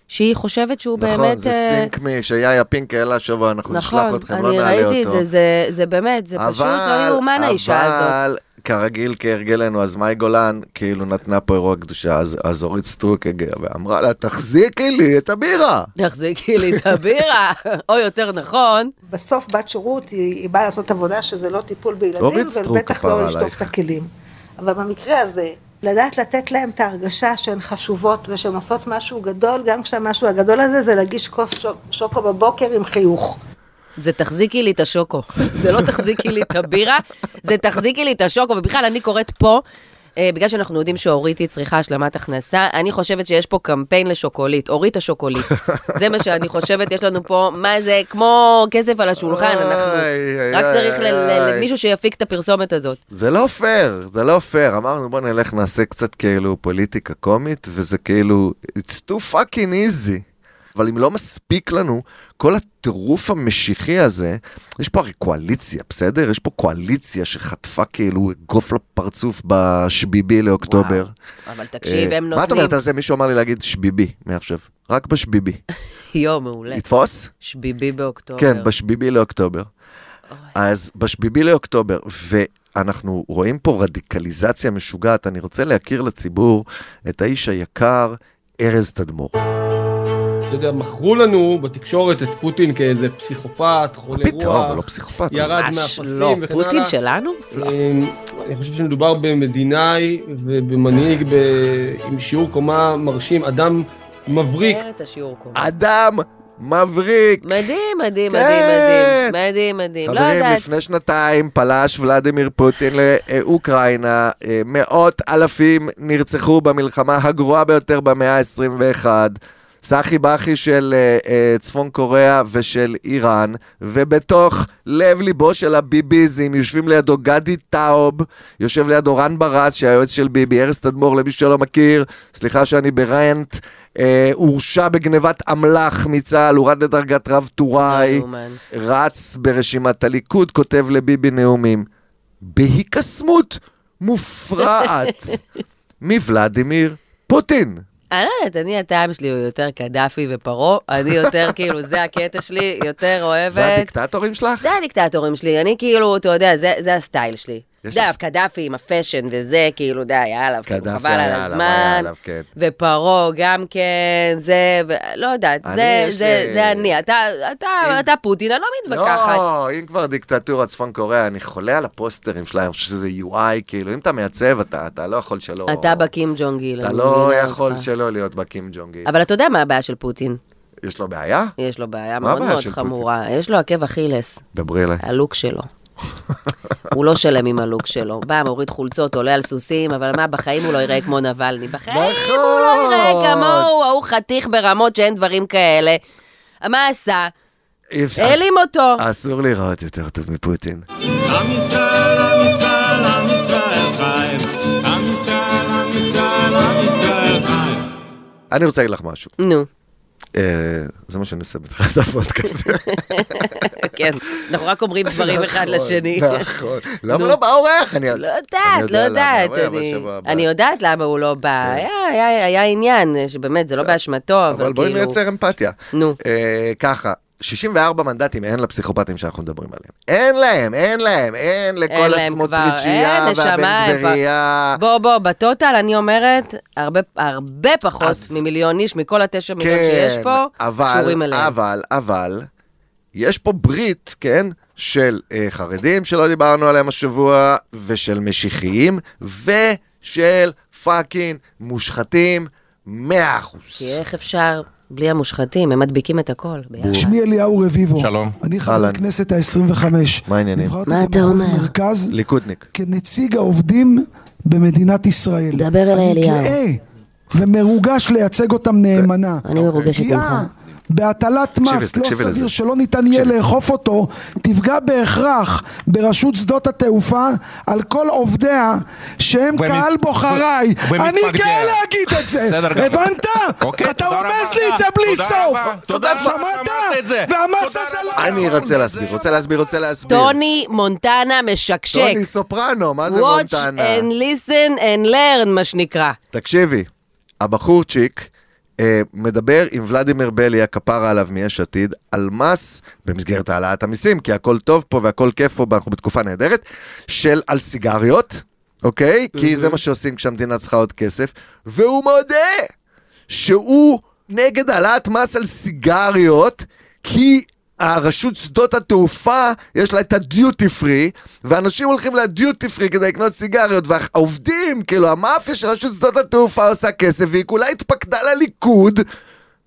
Speaker 2: שהיא חושבת שהוא
Speaker 1: נכון,
Speaker 2: באמת...
Speaker 1: זה
Speaker 2: אה, נכון,
Speaker 1: סינקמי שיאיה פינק העלה השבוע, אנחנו נשלח אתכם, לא
Speaker 2: אני
Speaker 1: נעלה אותו.
Speaker 2: ראיתי את זה, זה, זה באמת, זה פשוט לא יאומן האישה הזאת.
Speaker 1: אבל כרגיל, כהרגלנו, אז מאי גולן כאילו נתנה פה אירוע קדושה, אז, אז אורית סטרוק הגיעה ואמרה לה, תחזיקי לי את הבירה.
Speaker 2: תחזיקי לי את הבירה, או יותר נכון.
Speaker 14: בסוף בת שירות היא, היא באה לעשות עבודה שזה לא טיפול בילדים,
Speaker 1: אורית סטרוק
Speaker 14: ובטח
Speaker 1: כפרה
Speaker 14: לא לשטוף
Speaker 1: עלייך.
Speaker 14: את הכלים. אבל במקרה הזה, לדעת לתת להם את ההרגשה שהן חשובות ושהן עושות משהו גדול, גם כשהמשהו הגדול הזה זה להגיש כוס שוק, שוקו בבוקר עם חיוך.
Speaker 2: זה תחזיקי לי את השוקו. זה לא תחזיקי לי את הבירה, זה תחזיקי לי את השוקו. ובכלל, אני קוראת פה, אה, בגלל שאנחנו יודעים שאורית היא צריכה השלמת הכנסה, אני חושבת שיש פה קמפיין לשוקולית, אורית השוקולית. זה מה שאני חושבת, יש לנו פה, מה זה, כמו כסף על השולחן, אנחנו...
Speaker 1: איי, איי,
Speaker 2: רק
Speaker 1: איי,
Speaker 2: צריך ל- ל-
Speaker 1: איי.
Speaker 2: למישהו שיפיק את הפרסומת הזאת.
Speaker 1: זה לא פייר, זה לא פייר. אמרנו, בוא נלך נעשה קצת כאילו פוליטיקה קומית, וזה כאילו, it's too fucking easy. אבל אם לא מספיק לנו, כל הטירוף המשיחי הזה, יש פה הרי קואליציה, בסדר? יש פה קואליציה שחטפה כאילו אגרוף לפרצוף בשביבי לאוקטובר.
Speaker 2: אבל תקשיב,
Speaker 1: אה,
Speaker 2: הם
Speaker 1: מה את
Speaker 2: נותנים...
Speaker 1: אומרת על זה? מישהו אמר לי להגיד שביבי מעכשיו. רק בשביבי.
Speaker 2: יואו, מעולה.
Speaker 1: יתפוס?
Speaker 2: שביבי באוקטובר.
Speaker 1: כן, בשביבי לאוקטובר. אז בשביבי לאוקטובר, ואנחנו רואים פה רדיקליזציה משוגעת. אני רוצה להכיר לציבור את האיש היקר, ארז תדמור.
Speaker 13: אתה יודע, מכרו לנו בתקשורת את פוטין כאיזה פסיכופת, חולה רוח.
Speaker 1: פתאום, הוא לא פסיכופת,
Speaker 13: ירד
Speaker 2: ממש
Speaker 13: מהפסים
Speaker 2: לא.
Speaker 13: וכן הלאה.
Speaker 2: פוטין שלנו?
Speaker 13: אמ, אני חושב שמדובר במדינאי ובמנהיג ב- עם שיעור קומה מרשים, אדם מבריק.
Speaker 2: תאר את השיעור קומה.
Speaker 1: אדם מבריק.
Speaker 2: מדהים, מדהים, מדהים,
Speaker 1: כן.
Speaker 2: מדהים, מדהים, מדהים. לא
Speaker 1: חברים,
Speaker 2: יודעת.
Speaker 1: לפני שנתיים פלש ולדימיר פוטין לאוקראינה, אה, מאות אלפים נרצחו במלחמה הגרועה ביותר במאה ה-21. סחי בכי של אה, אה, צפון קוריאה ושל איראן, ובתוך לב-ליבו של הביביזם יושבים לידו גדי טאוב, יושב לידו רן ברס, שהיועץ של ביבי, ארז תדמור, למי שלא מכיר, סליחה שאני בריינט, אה, הורשע בגנבת אמל"ח מצה"ל, הורד לדרגת רב
Speaker 2: לא,
Speaker 1: טוראי. רץ ברשימת הליכוד, כותב לביבי נאומים. בהיקסמות מופרעת מוולדימיר פוטין.
Speaker 2: אני לא יודעת, אני, הטעם שלי הוא יותר קדאפי ופרעה, אני יותר כאילו, זה הקטע שלי, יותר אוהבת.
Speaker 1: זה הדיקטטורים שלך?
Speaker 2: זה הדיקטטורים שלי, אני כאילו, אתה יודע, זה, זה הסטייל שלי.
Speaker 1: יש
Speaker 2: די,
Speaker 1: לך-
Speaker 2: קדאפי עם הפאשן וזה, כאילו, די, היה עליו, כאילו,
Speaker 1: קדאפי
Speaker 2: חבל
Speaker 1: היה
Speaker 2: על
Speaker 1: עליו,
Speaker 2: הזמן.
Speaker 1: היה עליו, כן.
Speaker 2: ופרעה גם כן, זה, ו... לא יודעת,
Speaker 1: אני,
Speaker 2: זה,
Speaker 1: יש
Speaker 2: זה,
Speaker 1: לי-
Speaker 2: זה אני, אתה, אתה, אתה פוטין, אני לא מתווכחת.
Speaker 1: לא, אם כבר דיקטטורה צפון קוריאה, אני חולה על הפוסטרים שלהם, אני חושב שזה UI, כאילו, אם אתה מעצב, אתה אתה לא יכול שלא...
Speaker 2: אתה בקים ג'ונג גיל.
Speaker 1: אתה
Speaker 2: אני
Speaker 1: לא
Speaker 2: מבינה
Speaker 1: יכול
Speaker 2: אותך.
Speaker 1: שלא להיות בקים ג'ונגי.
Speaker 2: אבל אתה יודע מה הבעיה של פוטין?
Speaker 1: יש לו בעיה?
Speaker 2: יש לו בעיה
Speaker 1: מה
Speaker 2: מאוד
Speaker 1: הבעיה
Speaker 2: מאוד
Speaker 1: של
Speaker 2: חמורה. יש לו עקב אכילס.
Speaker 1: דברי אליי.
Speaker 2: הלוק שלו. הוא לא שלם עם הלוק שלו. בא, מוריד חולצות, עולה על סוסים, אבל מה, בחיים הוא לא יראה כמו נבלני. בחיים הוא לא
Speaker 1: נכון!
Speaker 2: יראה כמוהו, ההוא חתיך ברמות שאין דברים כאלה. מה עשה?
Speaker 1: אי אפשר-
Speaker 2: העלים אותו.
Speaker 1: אסור להיראות יותר טוב מפוטין.
Speaker 3: עם ישראל, עם ישראל, עם ישראל חי. עם ישראל, עם ישראל, עם ישראל חי.
Speaker 1: אני רוצה להגיד לך משהו.
Speaker 2: נו.
Speaker 1: אה, זה מה שאני עושה בתחילת הפודקאסט.
Speaker 2: כן, אנחנו רק אומרים דברים אחד
Speaker 1: נכון,
Speaker 2: לשני.
Speaker 1: נכון. למה
Speaker 2: נו.
Speaker 1: לא בא אורח? אני
Speaker 2: לא יודעת, לא
Speaker 1: יודע למה,
Speaker 2: יודעת.
Speaker 1: אבל
Speaker 2: אני-
Speaker 1: בשבוע הבא. כן.
Speaker 2: אני יודעת למה הוא לא בא. היה- היה היה עניין, שבאמת, זה לא באשמתו, אבל כאילו...
Speaker 1: אבל בואי נייצר אמפתיה. אה,
Speaker 2: נו.
Speaker 1: ככה, 64 מנדטים אין לפסיכופטים שאנחנו מדברים עליהם. אין להם, אין להם, אין
Speaker 2: אין
Speaker 1: לכל
Speaker 2: להם כבר,
Speaker 1: הסמוטריצ'ייה
Speaker 2: אין, נשמה,
Speaker 1: והבן
Speaker 2: הם כבר-
Speaker 1: גבריה.
Speaker 2: בוא, בוא, בטוטל, אני אומרת, הרבה, הרבה פחות ממיליון איש, מכל התשע מיליון שיש פה,
Speaker 1: כן, אבל,
Speaker 2: קשורים אליהם.
Speaker 1: אבל, אבל, יש פה ברית, כן, של אה, חרדים שלא דיברנו עליהם השבוע, ושל משיחיים, ושל פאקינג מושחתים, 100%.
Speaker 2: כי איך אפשר, בלי המושחתים, הם מדביקים את הכל. ביחד.
Speaker 15: שמי אליהו רביבו.
Speaker 1: שלום.
Speaker 15: אני חבר
Speaker 1: אהלן.
Speaker 15: הכנסת ה-25.
Speaker 1: מה העניינים?
Speaker 15: נבחרתי במחוז מרכז
Speaker 1: ליכודניק.
Speaker 15: כנציג העובדים במדינת ישראל. דבר אל
Speaker 2: אליהו.
Speaker 15: אני גאה ומרוגש לייצג אותם נאמנה.
Speaker 2: אני מרוגשת
Speaker 15: פגיעה בהטלת
Speaker 1: תקשיבי,
Speaker 15: מס לא
Speaker 1: תקשיבי אוקיי. לזה.
Speaker 15: סביר שלא ניתן יהיה לאכוף אותו, תפגע בהכרח ברשות שדות התעופה על כל עובדיה שהם
Speaker 16: ומ-
Speaker 15: קהל בוחריי.
Speaker 16: ו-
Speaker 15: אני
Speaker 16: ומתפגע.
Speaker 15: גאה להגיד את זה.
Speaker 16: בסדר גמור.
Speaker 15: הבנת?
Speaker 16: אוקיי,
Speaker 15: אתה
Speaker 16: תודה
Speaker 15: רומז
Speaker 16: רבה.
Speaker 15: לי את זה בלי
Speaker 16: תודה
Speaker 15: סוף.
Speaker 16: רבה. תודה רבה
Speaker 15: שמעת? והמס הזה לא...
Speaker 1: אני רוצה להסביר, רוצה להסביר, רוצה להסביר.
Speaker 2: טוני מונטנה משקשק.
Speaker 1: טוני סופרנו, מה זה מונטנה?
Speaker 2: Watch and listen and learn, מה שנקרא.
Speaker 1: תקשיבי, הבחורצ'יק אה, מדבר עם ולדימיר בליאק, כפרה עליו מיש עתיד, על מס במסגרת העלאת המיסים, כי הכל טוב פה והכל כיף פה, אנחנו בתקופה נהדרת, של על סיגריות, אוקיי? כי זה מה שעושים כשהמדינה צריכה עוד כסף, והוא מודה שהוא נגד העלאת מס על סיגריות, כי... הרשות שדות התעופה, יש לה את הדיוטי פרי, ואנשים הולכים לדיוטי פרי כדי לקנות סיגריות, והעובדים, כאילו, המאפיה של רשות שדות התעופה עושה כסף, והיא כולה התפקדה לליכוד,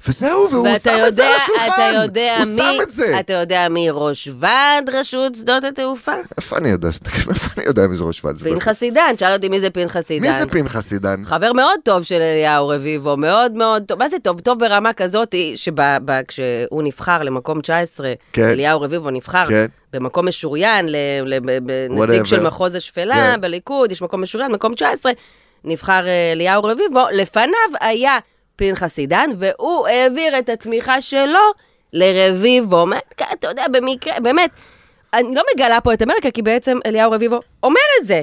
Speaker 1: וזהו, והוא
Speaker 2: ואתה
Speaker 1: שם את זה
Speaker 2: יודע,
Speaker 1: על השולחן.
Speaker 2: אתה יודע
Speaker 1: הוא
Speaker 2: מי,
Speaker 1: שם את זה.
Speaker 2: אתה יודע מי ראש ועד רשות שדות התעופה?
Speaker 1: איפה אני יודע, תקשיב, איפה אני יודע מי זה ראש ועד שדות התעופה?
Speaker 2: פנחס עידן, שאל אותי מי זה פנחס עידן.
Speaker 1: מי זה פנחס עידן?
Speaker 2: חבר מאוד טוב של אליהו רביבו, מאוד מאוד טוב. מה זה טוב? טוב ברמה כזאת, שכשהוא נבחר למקום 19,
Speaker 1: כן.
Speaker 2: אליהו רביבו נבחר
Speaker 1: כן.
Speaker 2: במקום משוריין,
Speaker 1: Whatever.
Speaker 2: לנציג של מחוז השפלה,
Speaker 1: כן.
Speaker 2: בליכוד, יש מקום משוריין, מקום 19, נבחר אה, אליהו רביבו, לפניו היה פנחס עידן, והוא העביר את התמיכה שלו לרביבו. מה, אתה יודע, במקרה, באמת, אני לא מגלה פה את אמריקה, כי בעצם אליהו רביבו אומר את זה.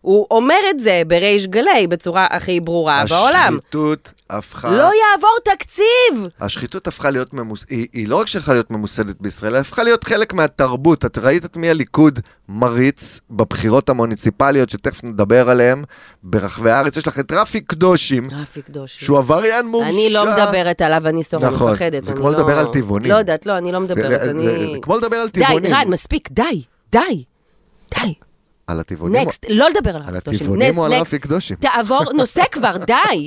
Speaker 2: הוא אומר את זה בריש גלי בצורה הכי ברורה בעולם.
Speaker 1: השחיתות הפכה...
Speaker 2: לא יעבור תקציב!
Speaker 1: השחיתות הפכה להיות ממוס... היא, היא לא רק שהפכה להיות ממוסדת בישראל, היא הפכה להיות חלק מהתרבות. את ראית את מי הליכוד מריץ בבחירות המוניציפליות, שתכף נדבר עליהן, ברחבי הארץ. יש לך את רפי קדושים,
Speaker 2: רפי קדוש.
Speaker 1: שהוא עבריין מורשע.
Speaker 2: אני לא מדברת עליו, אני סורי, אני
Speaker 1: נכון,
Speaker 2: מפחדת.
Speaker 1: זה
Speaker 2: אני
Speaker 1: כמו
Speaker 2: לא-
Speaker 1: לדבר על טבעונים.
Speaker 2: לא יודעת, לא, אני לא מדברת,
Speaker 1: זה-
Speaker 2: אני...
Speaker 1: זה- זה כמו לדבר על טבעונים.
Speaker 2: די, רן, מספיק, די, די.
Speaker 1: על הטבעונים.
Speaker 2: נקסט, לא לדבר על
Speaker 1: על
Speaker 2: רפי קדושים.
Speaker 1: הטבעונים
Speaker 2: Next,
Speaker 1: או על
Speaker 2: next.
Speaker 1: רפי קדושים?
Speaker 2: תעבור נושא כבר, די.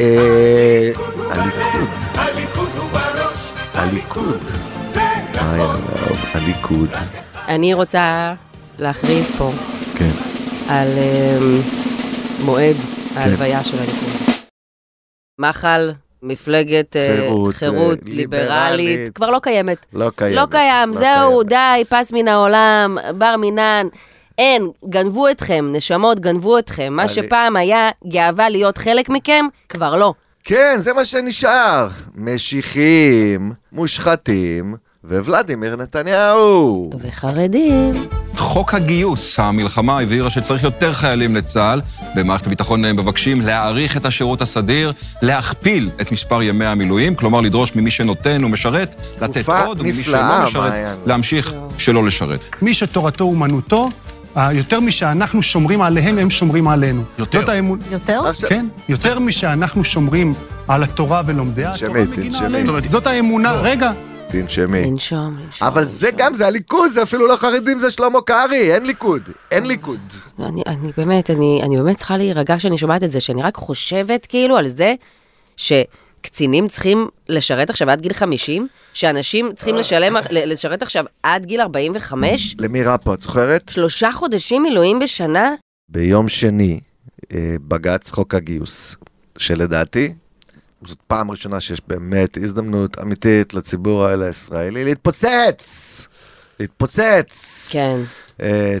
Speaker 1: אה, הליכוד,
Speaker 8: הליכוד הוא בראש,
Speaker 1: הליכוד. היי,
Speaker 2: נכון.
Speaker 1: הרב, הליכוד.
Speaker 2: אני רוצה להכריז פה
Speaker 1: כן.
Speaker 2: על אמ, מועד ההלוויה של הליכוד. מח"ל, מפלגת אה,
Speaker 1: חירות,
Speaker 2: חירות
Speaker 1: אה, ליברלית.
Speaker 2: ליברלית, כבר לא קיימת.
Speaker 1: לא קיים.
Speaker 2: לא קיים, זהו, די, פס מן העולם, בר מינן. אין, גנבו אתכם, נשמות, גנבו אתכם. מה
Speaker 1: אני-
Speaker 2: שפעם היה גאווה להיות חלק מכם, כבר לא.
Speaker 1: כן, זה מה שנשאר. משיחיים, מושחתים, וולדימיר נתניהו.
Speaker 2: חרדים.
Speaker 16: חוק הגיוס, המלחמה הבהירה שצריך יותר חיילים לצה"ל. במערכת הביטחון אה, מבקשים להאריך את השירות הסדיר, להכפיל את מספר ימי המילואים, כלומר לדרוש ממי שנותן ומשרת, לתת
Speaker 1: תקופה
Speaker 16: עוד, וממי
Speaker 1: נפלאה,
Speaker 16: שלא משרת,
Speaker 1: מעיין.
Speaker 16: להמשיך שלא לשרת.
Speaker 17: מי שתורתו אומנותו, אה, יותר משאנחנו שומרים עליהם, הם שומרים עלינו.
Speaker 16: יותר.
Speaker 17: זאת האמון.
Speaker 14: יותר?
Speaker 17: כן, יותר משאנחנו שומרים על התורה ולומדיה, התורה
Speaker 1: תנשמי,
Speaker 17: מגינה
Speaker 1: תנשמי,
Speaker 17: עלינו. זאת האמונה, רגע,
Speaker 1: תנשמי.
Speaker 2: לנשום, לנשום.
Speaker 1: אבל זה גם, זה הליכוד, זה אפילו לא חרדים, זה שלמה קרעי, אין ליכוד. אין ליכוד.
Speaker 2: לא, אני, אני באמת, אני, אני באמת צריכה להירגע כשאני שומעת את זה, שאני רק חושבת כאילו על זה שקצינים צריכים לשרת עכשיו עד גיל 50, שאנשים צריכים לשלם, ל- לשרת עכשיו עד גיל 45,
Speaker 1: למי רע פה, את זוכרת?
Speaker 2: שלושה חודשים מילואים בשנה,
Speaker 1: ביום שני, אה, בג"ץ חוק הגיוס, שלדעתי, זאת פעם ראשונה שיש באמת הזדמנות אמיתית לציבור האלה הישראלי להתפוצץ! להתפוצץ! אה,
Speaker 2: כן.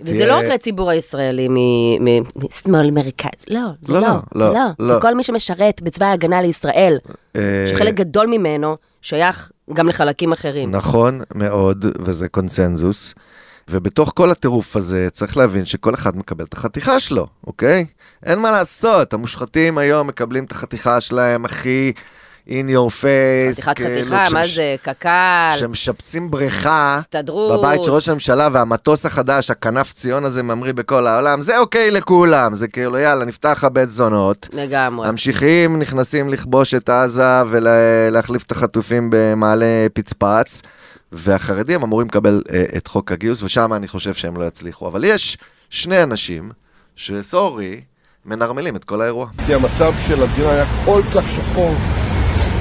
Speaker 2: וזה
Speaker 1: תהיה-
Speaker 2: לא רק לציבור הישראלי מ- מ- משמאל מרכז, לא, זה
Speaker 1: לא,
Speaker 2: לא,
Speaker 1: לא, לא,
Speaker 2: זה לא,
Speaker 1: לא.
Speaker 2: זה כל מי שמשרת בצבא ההגנה לישראל,
Speaker 1: אה,
Speaker 2: שחלק גדול ממנו שייך גם לחלקים אחרים.
Speaker 1: נכון מאוד, וזה קונצנזוס. ובתוך כל הטירוף הזה, צריך להבין שכל אחד מקבל את החתיכה שלו, אוקיי? אין מה לעשות, המושחתים היום מקבלים את החתיכה שלהם הכי in your face.
Speaker 2: חתיכת
Speaker 1: כאילו,
Speaker 2: חתיכה, מה
Speaker 1: כשמש-
Speaker 2: זה, קק"ל,
Speaker 1: כשמשפצים בריכה,
Speaker 2: הסתדרות.
Speaker 1: בבית של ראש הממשלה והמטוס החדש, הכנף ציון הזה ממריא בכל העולם, זה אוקיי לכולם, זה כאילו יאללה, נפתח הבית זונות.
Speaker 2: לגמרי.
Speaker 1: המשיחים נכנסים לכבוש את עזה ולהחליף את החטופים במעלה פצפץ, והחרדים אמורים לקבל אה, את חוק הגיוס, ושם אני חושב שהם לא יצליחו. אבל יש שני אנשים שסורי, מנרמלים את כל האירוע.
Speaker 18: כי המצב של המדינה היה כל כך שחור,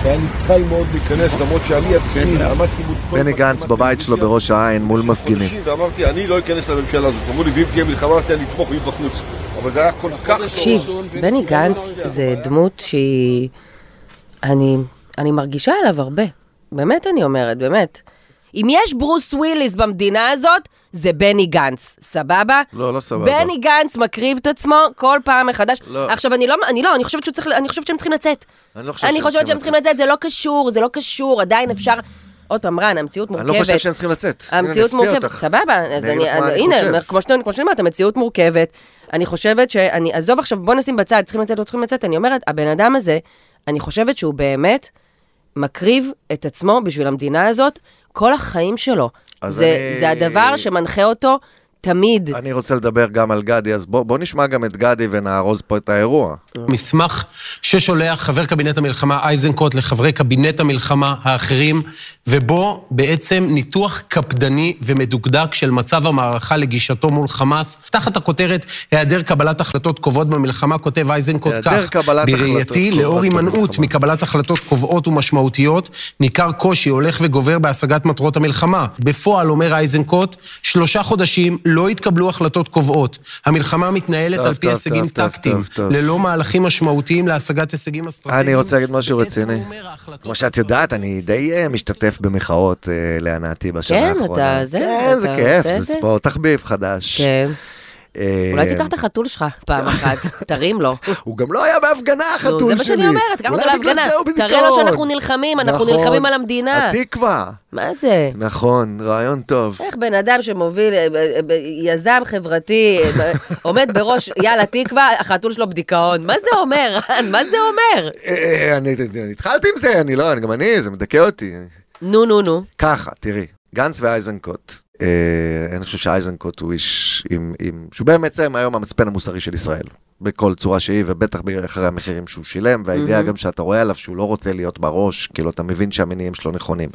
Speaker 18: היה לי קל מאוד להיכנס, למרות שאני עצמי עמדתי מול כל...
Speaker 1: כן. בני גנץ בבית שלו בראש העין מול מפגינים.
Speaker 18: אנשים, ואמרתי, אני לא אכנס לממשלה הזאת. אמרו לי, ואם תהיה מלחמה, אמרתי, אני אתמוך ואם בחוץ. אבל זה היה כל כך...
Speaker 2: תקשיב, בני גנץ זה דמות שהיא... אני, אני מרגישה עליו הרבה. באמת אני אומרת, באמת. אם יש ברוס וויליס במדינה הזאת, זה בני גנץ, סבבה?
Speaker 1: לא, לא סבבה.
Speaker 2: בני גנץ מקריב את עצמו כל פעם מחדש.
Speaker 1: לא.
Speaker 2: עכשיו, אני לא, אני לא, אני חושבת שהוא צריך, אני חושבת שהם צריכים לצאת.
Speaker 1: אני לא חושב
Speaker 2: אני
Speaker 1: שהם
Speaker 2: חושבת שהם צריכים לצאת, זה לא קשור, זה לא קשור, עדיין אפשר... עוד פעם, רן, המציאות
Speaker 1: אני
Speaker 2: מורכבת.
Speaker 1: לא חושב שהם צריכים לצאת. הנה, אני
Speaker 2: המציאות
Speaker 1: אפתיע
Speaker 2: מורכבת,
Speaker 1: אותך.
Speaker 2: סבבה, אז
Speaker 1: אני אגיד לך
Speaker 2: אני,
Speaker 1: מה
Speaker 2: אז
Speaker 1: אני חושב.
Speaker 2: הנה, כמו שאתה- כמו שאני אומרת, המציאות מורכבת. אני חושבת שאני, עזוב עכשיו, בוא נשים בצד, צריכים לצאת, לא צריכים לצאת, אני אומרת, הבן אדם הזה, אני חושבת שהוא באמת מקריב את עצמו בשביל המדינה הזאת, כל החיים שלו.
Speaker 1: אז
Speaker 2: זה,
Speaker 1: אני-
Speaker 2: זה הדבר שמנחה אותו תמיד.
Speaker 1: אני רוצה לדבר גם על גדי, אז בוא, בוא נשמע גם את גדי ונארוז פה את האירוע.
Speaker 19: מסמך ששולח חבר קבינט המלחמה איזנקוט לחברי קבינט המלחמה האחרים, ובו בעצם ניתוח קפדני ומדוקדק של מצב המערכה לגישתו מול חמאס. תחת הכותרת היעדר קבלת החלטות קובעות במלחמה, כותב איזנקוט כך,
Speaker 1: היעדר קבלת החלטות
Speaker 19: בראייתי,
Speaker 1: קובעות
Speaker 19: לאור הימנעות מקבלת החלטות קובעות ומשמעותיות, ניכר קושי הולך וגובר בהשגת מטרות המלחמה. בפועל, אומר איזנקוט, שלושה חודשים לא התקבלו החלטות קובעות. המלחמה מתנהלת
Speaker 1: טוב,
Speaker 19: על פי
Speaker 1: טוב,
Speaker 19: הישגים
Speaker 1: טוב, טוב,
Speaker 19: טקטיים,
Speaker 1: טוב, טוב.
Speaker 19: ללא מהלכים משמעותיים להשגת הישגים אסטרטגיים.
Speaker 1: אני רוצה להגיד משהו רציני. כמו שאת יודעת, אני די אה, משתתף במחאות אה, להנאתי בשנה
Speaker 2: כן,
Speaker 1: האחרונה.
Speaker 2: אתה- זה,
Speaker 1: כן, זה
Speaker 2: אתה
Speaker 1: כיף,
Speaker 2: עושה את
Speaker 1: זה
Speaker 2: זה?
Speaker 1: ספורט, תחביב חדש. אה,
Speaker 2: כן. אולי תיקח את החתול שלך פעם אחת, תרים לו.
Speaker 1: הוא גם לא היה בהפגנה, החתול
Speaker 2: זה מה שאני
Speaker 1: שלי.
Speaker 2: אומרת, תיקח אותו
Speaker 1: אולי בגלל
Speaker 2: להפגנה.
Speaker 1: זה הוא
Speaker 2: תראה לו
Speaker 1: בדיכאון.
Speaker 2: שאנחנו נלחמים, אנחנו
Speaker 1: נכון.
Speaker 2: נלחמים על המדינה.
Speaker 1: התקווה.
Speaker 2: מה זה?
Speaker 1: נכון, רעיון טוב.
Speaker 2: איך בן אדם שמוביל, אה, אה, אה, יזם חברתי, אה, עומד בראש, יאללה, תקווה, החתול שלו בדיכאון. מה זה אומר, רן? מה זה אומר?
Speaker 1: אה, אני אני התחלתי עם זה, אני לא, אני- גם אני, זה מדכא אותי.
Speaker 2: נו, נו, נו.
Speaker 1: ככה, תראי, גנץ ואייזנקוט, אה, אני חושב שאייזנקוט הוא איש עם, עם, שהוא בעצם היום המצפן המוסרי של ישראל, בכל צורה שהיא, ובטח אחרי המחירים שהוא שילם, והאידאה
Speaker 20: מהמם.
Speaker 1: גם שאתה רואה עליו שהוא לא רוצה להיות בראש, כאילו, אתה מבין שהמניעים שלו נכונים.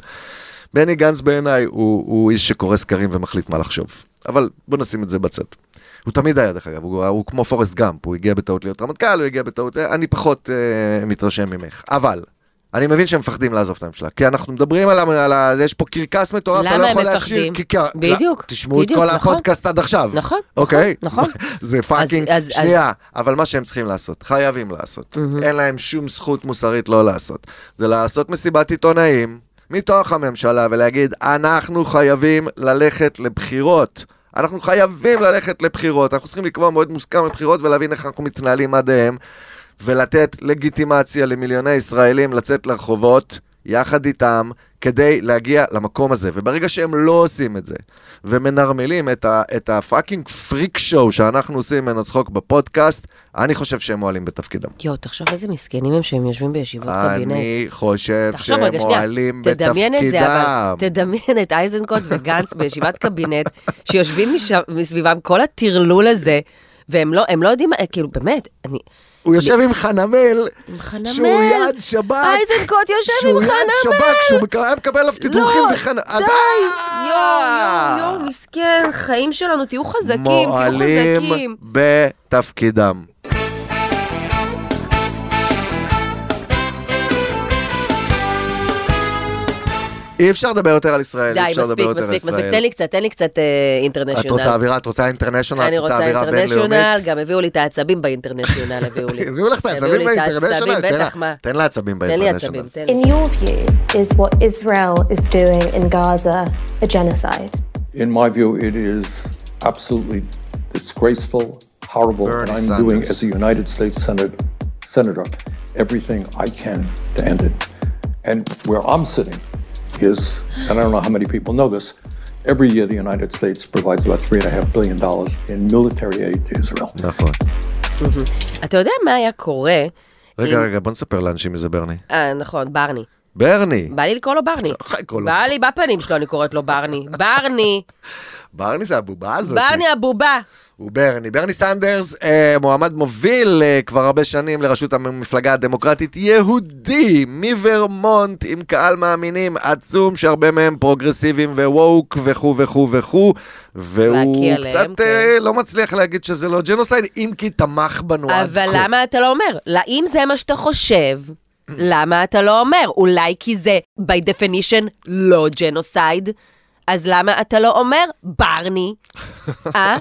Speaker 1: בני גנץ בעיניי הוא, הוא איש שקורא סקרים ומחליט מה לחשוב, אבל בוא נשים את זה בצד. הוא תמיד היה, דרך אגב, הוא, הוא כמו פורסט גאמפ, הוא הגיע בטעות להיות רמטכ"ל, הוא הגיע בטעות, אה, אני פחות אה, מתרשם ממך, אבל... אני מבין שהם מפחדים לעזוב את הממשלה, כי אנחנו מדברים על, ה- על ה... יש פה קרקס מטורף, אתה לא
Speaker 2: למה הם
Speaker 1: יכול להשאיר.
Speaker 2: מפחדים?
Speaker 1: כי- כי-
Speaker 2: בדיוק,
Speaker 1: לא, תשמעו את
Speaker 2: בדיוק,
Speaker 1: כל
Speaker 2: נכון.
Speaker 1: הפודקאסט עד עכשיו.
Speaker 2: נכון,
Speaker 1: אוקיי?
Speaker 2: נכון.
Speaker 1: זה פאקינג,
Speaker 2: אז- אז-
Speaker 1: שנייה, אבל מה שהם צריכים לעשות, חייבים לעשות, אין להם שום זכות מוסרית לא לעשות, זה לעשות מסיבת עיתונאים מתוך הממשלה ולהגיד, אנחנו חייבים ללכת לבחירות. אנחנו חייבים ללכת לבחירות, אנחנו צריכים לקבוע מועד מוסכם לבחירות ולהבין איך אנחנו מתנהלים עדיהם, ולתת לגיטימציה למיליוני ישראלים לצאת לרחובות יחד איתם כדי להגיע למקום הזה. וברגע שהם לא עושים את זה, ומנרמלים את, ה, את הפאקינג פריק שואו שאנחנו עושים ממנו צחוק בפודקאסט, אני חושב שהם מועלים בתפקידם.
Speaker 2: יואו, תחשוב איזה מסכנים הם שהם יושבים בישיבות קבינט.
Speaker 1: אני חושב
Speaker 2: תחשוב
Speaker 1: שהם
Speaker 2: רגע, שנייה,
Speaker 1: מועלים
Speaker 2: תדמיין את זה, אבל
Speaker 1: בתפקידם.
Speaker 2: תדמיין את אייזנקוט וגנץ בישיבת קבינט, שיושבים משם- מסביבם כל הטרלול הזה, והם לא, הם לא יודעים, מה- כאילו, באמת, אני...
Speaker 1: הוא יושב עם חנמל, שהוא
Speaker 2: חנמל.
Speaker 1: יד שב"כ,
Speaker 2: אייזנקוט יושב
Speaker 1: שהוא
Speaker 2: עם
Speaker 1: יד
Speaker 2: חנמל.
Speaker 1: שב"כ, שהוא מקבל- היה מקבל עליו תדרוכים
Speaker 2: לא,
Speaker 1: וחנמל.
Speaker 2: די, יואו, יואו, מסכן, חיים שלנו, תהיו חזקים, תהיו
Speaker 1: מועלים
Speaker 2: חזקים.
Speaker 1: בתפקידם. אי אפשר לדבר יותר על ישראל,
Speaker 2: די,
Speaker 1: אי אפשר לדבר
Speaker 2: מספיק,
Speaker 1: יותר על
Speaker 2: מספיק, מספיק,
Speaker 1: ישראל.
Speaker 2: תן לי קצת, תן לי קצת אה, אינטרנשיונל.
Speaker 1: את רוצה אווירה, את רוצה אינטרנשיונל,
Speaker 2: אני
Speaker 1: את רוצה
Speaker 2: רוצה
Speaker 1: אווירה בינלאומית.
Speaker 2: אינטרנשיונל, גם הביאו לי את העצבים באינטרנשיונל, הביאו לי.
Speaker 1: הביאו לך את העצבים
Speaker 2: לי את העצבים,
Speaker 1: באינטרנשיונל, תן לה-
Speaker 2: בטח, מה?
Speaker 1: תן לה עצבים
Speaker 2: תן לי
Speaker 1: באינטרנשיונל.
Speaker 2: עצבים, תן לי.
Speaker 21: In your view, is what Israel is doing in Gaza a genocide?
Speaker 22: In my view, it is absolutely disgraceful, horrible, and I'm doing as a United States Senate, senator everything I can to end it. And where I'm sitting is, and I don't know how many people know this, every year the United States provides about three and a half billion dollars in military aid to Israel.
Speaker 1: נכון.
Speaker 2: אתה יודע מה היה קורה?
Speaker 1: רגע, רגע, בוא נספר לאנשים מי זה ברני.
Speaker 2: אה, נכון, ברני.
Speaker 1: ברני.
Speaker 2: בא לי לקרוא לו ברני. בא לי בפנים שלו, אני קוראת לו ברני. ברני,
Speaker 1: ברני זה הבובה הזאת.
Speaker 2: ברני הבובה.
Speaker 1: הוא ברני. ברני סנדרס, אה, מועמד מוביל אה, כבר הרבה שנים לראשות המפלגה הדמוקרטית, יהודי מוורמונט, עם קהל מאמינים עצום, שהרבה מהם פרוגרסיביים וווק וכו' וכו' וכו', והוא קצת
Speaker 2: להקיא עליהם, כן.
Speaker 1: אה, לא מצליח להגיד שזה לא ג'נוסייד, אם כי תמך בנו עד כה.
Speaker 2: אבל למה אתה לא אומר? לא, אם זה מה שאתה חושב, למה אתה לא אומר? אולי כי זה, by definition, לא ג'נוסייד, אז למה אתה לא אומר, ברני? אה?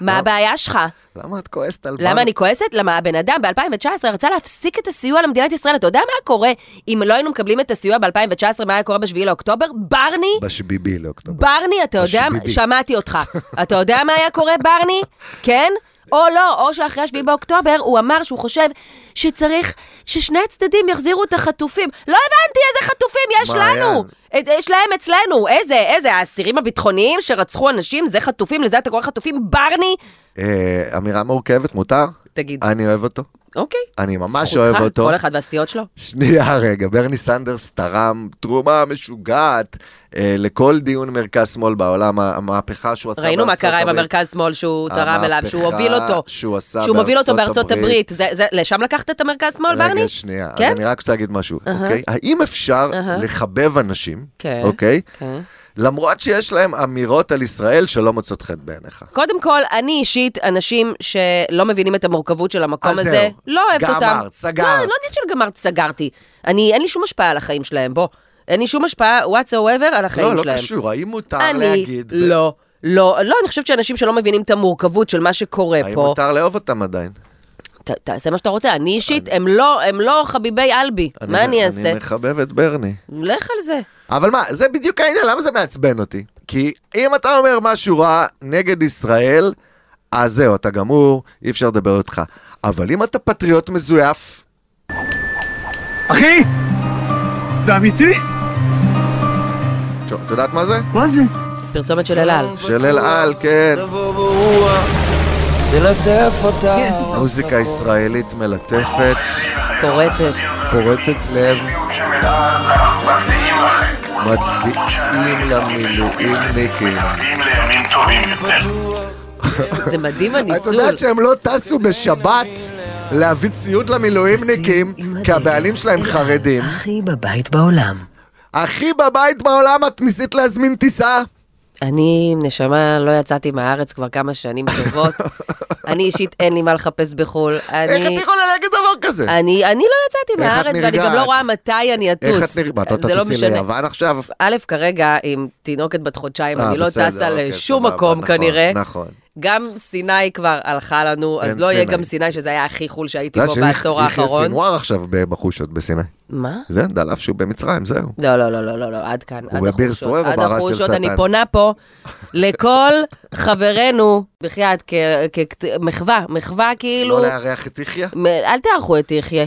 Speaker 2: מה הבעיה שלך?
Speaker 1: למה את כועסת על ברני?
Speaker 2: למה אני כועסת? למה הבן אדם ב-2019 רצה להפסיק את הסיוע למדינת ישראל. אתה יודע מה היה קורה אם לא היינו מקבלים את הסיוע ב-2019, מה היה קורה ב-7 לאוקטובר? ברני?
Speaker 1: בשביבי לאוקטובר.
Speaker 2: ברני, אתה יודע,
Speaker 1: השביבי.
Speaker 2: שמעתי אותך. אתה יודע מה היה קורה, ברני? כן? או לא, או שאחרי 7 באוקטובר הוא אמר שהוא חושב שצריך ששני הצדדים יחזירו את החטופים. לא הבנתי איזה חטופים יש
Speaker 3: מעיין.
Speaker 2: לנו! את- יש להם אצלנו. איזה, איזה, האסירים הביטחוניים שרצחו אנשים, זה חטופים, לזה אתה קורא חטופים? ברני?
Speaker 1: אה, אמירה מורכבת, מותר?
Speaker 2: תגיד.
Speaker 1: אני אוהב אותו.
Speaker 2: אוקיי.
Speaker 1: אני ממש
Speaker 2: זכותך,
Speaker 1: אוהב אותו.
Speaker 2: כל אחד והסטיות שלו.
Speaker 1: שנייה רגע, ברני סנדרס תרם תרומה משוגעת אה, לכל דיון מרכז-שמאל בעולם, ה- המהפכה שהוא עשה בארצות
Speaker 2: ראינו
Speaker 1: הברית.
Speaker 2: מה קרה עם המרכז שמאל שהוא תרם אליו, שהוא
Speaker 1: המהפכה
Speaker 2: הוביל אותו.
Speaker 1: שהוא עשה
Speaker 2: שהוא מוביל אותו בארצות הברית.
Speaker 1: הברית.
Speaker 2: זה- זה- לשם לקחת את המרכז שמאל, ברני?
Speaker 1: רגע, שנייה, אז
Speaker 2: כן?
Speaker 1: אני רק רוצה להגיד משהו,
Speaker 2: אהה.
Speaker 1: אוקיי? האם אפשר
Speaker 2: אהה.
Speaker 1: לחבב אנשים,
Speaker 2: כן,
Speaker 1: אוקיי?
Speaker 2: כן.
Speaker 1: למרות שיש להם אמירות על ישראל שלא מוצאות חן בעיניך.
Speaker 2: קודם כל, אני אישית, אנשים שלא מבינים את המורכבות של המקום
Speaker 1: אז
Speaker 2: הזה,
Speaker 1: זהו.
Speaker 2: לא אוהבת
Speaker 1: גמרת,
Speaker 2: אותם.
Speaker 1: סגרת.
Speaker 2: לא, אני לא יודעת שגמרת, סגרתי. אני, אין לי שום השפעה על החיים שלהם, בוא. אין לי שום השפעה whatsoever על החיים
Speaker 1: לא, לא
Speaker 2: שלהם.
Speaker 1: קשור, האם מותר
Speaker 2: אני
Speaker 1: להגיד... ב-
Speaker 2: לא, לא, לא, אני חושבת שאנשים שלא מבינים את המורכבות של מה שקורה
Speaker 1: האם
Speaker 2: פה,
Speaker 1: מותר לאהוב אותם עדיין?
Speaker 2: ת, תעשה מה שאתה רוצה. אני אישית, הם לא, הם לא חביבי אלבי. מה אני אעשה?
Speaker 1: אני מחבב את ברני.
Speaker 2: לך על זה.
Speaker 1: אבל מה, זה בדיוק העניין, למה זה מעצבן אותי? כי אם אתה אומר משהו רע נגד ישראל, אז זהו, אתה גמור, אי אפשר לדבר איתך. אבל אם אתה פטריוט מזויף...
Speaker 4: אחי! זה אמיתי?
Speaker 1: ש- את יודעת מה זה?
Speaker 4: מה זה?
Speaker 2: פרסומת של אל על.
Speaker 1: של אל על, כן.
Speaker 4: תלטף אותה.
Speaker 1: מוזיקה ישראלית מלטפת.
Speaker 2: פורצת.
Speaker 1: פורצת לב. מצדיעים למילואימניקים.
Speaker 2: זה מדהים הניצול.
Speaker 1: את יודעת שהם לא טסו בשבת להביא ציוד למילואימניקים, כי הבעלים שלהם חרדים.
Speaker 2: הכי בבית בעולם.
Speaker 1: הכי בבית בעולם את ניסית להזמין טיסה?
Speaker 2: אני, נשמה, לא יצאתי מהארץ כבר כמה שנים טובות. אני אישית, אין לי מה לחפש בחו"ל.
Speaker 1: איך
Speaker 2: אני...
Speaker 1: את יכולה להגיד דבר כזה?
Speaker 2: אני, אני לא יצאתי
Speaker 1: איך את
Speaker 2: מהארץ, ואני גם לא
Speaker 1: נרגעת?
Speaker 2: רואה מתי אני אטוס.
Speaker 1: איך את נרגעת? את
Speaker 2: זה
Speaker 1: לא
Speaker 2: לא
Speaker 1: תטוסי
Speaker 2: משנה.
Speaker 1: ליוון עכשיו?
Speaker 2: א', כרגע, עם תינוקת בת חודשיים,
Speaker 1: אה,
Speaker 2: אני לא
Speaker 1: בסדר,
Speaker 2: טסה
Speaker 1: אוקיי,
Speaker 2: לשום
Speaker 1: סבבה,
Speaker 2: מקום
Speaker 1: נכון,
Speaker 2: כנראה.
Speaker 1: נכון.
Speaker 2: גם סיני כבר הלכה לנו, אז
Speaker 1: אין
Speaker 2: לא יהיה
Speaker 1: סיני.
Speaker 2: גם סיני, שזה היה הכי חול
Speaker 1: את
Speaker 2: שהייתי
Speaker 1: יודעת
Speaker 2: בו
Speaker 1: שיחיא-
Speaker 2: בעשור
Speaker 1: יחיא
Speaker 2: האחרון.
Speaker 1: סינואר עכשיו בחושות בסיני.
Speaker 2: מה?
Speaker 1: זה דלף שהוא במצרים, זהו.
Speaker 2: לא, לא, לא, לא, לא, לא, עד כאן, עד
Speaker 1: בביר סוער או
Speaker 2: החורשות,
Speaker 1: בהרה
Speaker 2: עד
Speaker 1: של
Speaker 2: החורשות,
Speaker 1: שטן?
Speaker 2: אני פונה פה לכל חברינו, בחייאת, כ- כ- מחווה, מחווה כאילו...
Speaker 1: לא לארח את יחיא?
Speaker 2: מ- אל תארחו את יחיא.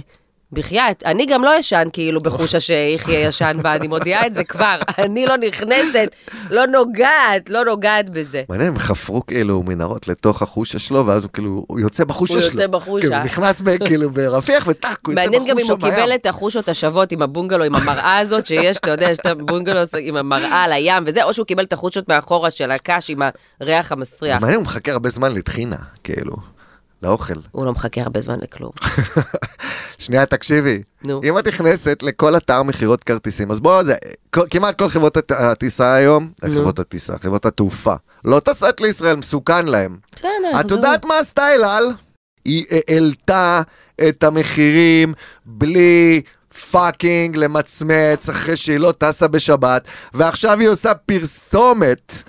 Speaker 2: בחייאת, אני גם לא ישן כאילו בחושה שיחיא ישן בה, אני מודיעה את זה כבר. אני לא נכנסת, לא נוגעת, לא נוגעת בזה.
Speaker 1: מעניין, הם חפרו כאילו מנהרות לתוך החושה שלו, ואז הוא כאילו, הוא יוצא בחושה
Speaker 2: הוא
Speaker 1: שלו.
Speaker 2: יוצא בחושה.
Speaker 1: כאילו, הוא נכנס ב- כאילו ברפיח וטאק, הוא יוצא בחושה
Speaker 2: מעניין גם אם הוא
Speaker 1: מהים.
Speaker 2: קיבל את החושות השוות עם הבונגלו, עם המראה הזאת שיש, אתה יודע, יש את הבונגלו עם המראה על הים וזה, או שהוא קיבל את החושות מאחורה של הקש עם הריח המסריח.
Speaker 1: מעניין, הוא מחכה הרבה זמן לטחינה, כאילו, לאוכל.
Speaker 2: הוא לא מחכה הרבה זמן לכלום.
Speaker 1: שנייה, תקשיבי.
Speaker 2: נו.
Speaker 1: אם את נכנסת לכל אתר מכירות כרטיסים, אז בואו, זה- כל- כמעט כל חברות הט- הטיסה היום,
Speaker 2: נו.
Speaker 1: חברות הטיסה, חברות התעופה, לא טסות לישראל, מסוכן להם.
Speaker 2: בסדר,
Speaker 1: את יודעת מה עשתה אל על? היא העלתה את המחירים בלי פאקינג למצמץ אחרי שהיא לא טסה בשבת, ועכשיו היא עושה פרסומת.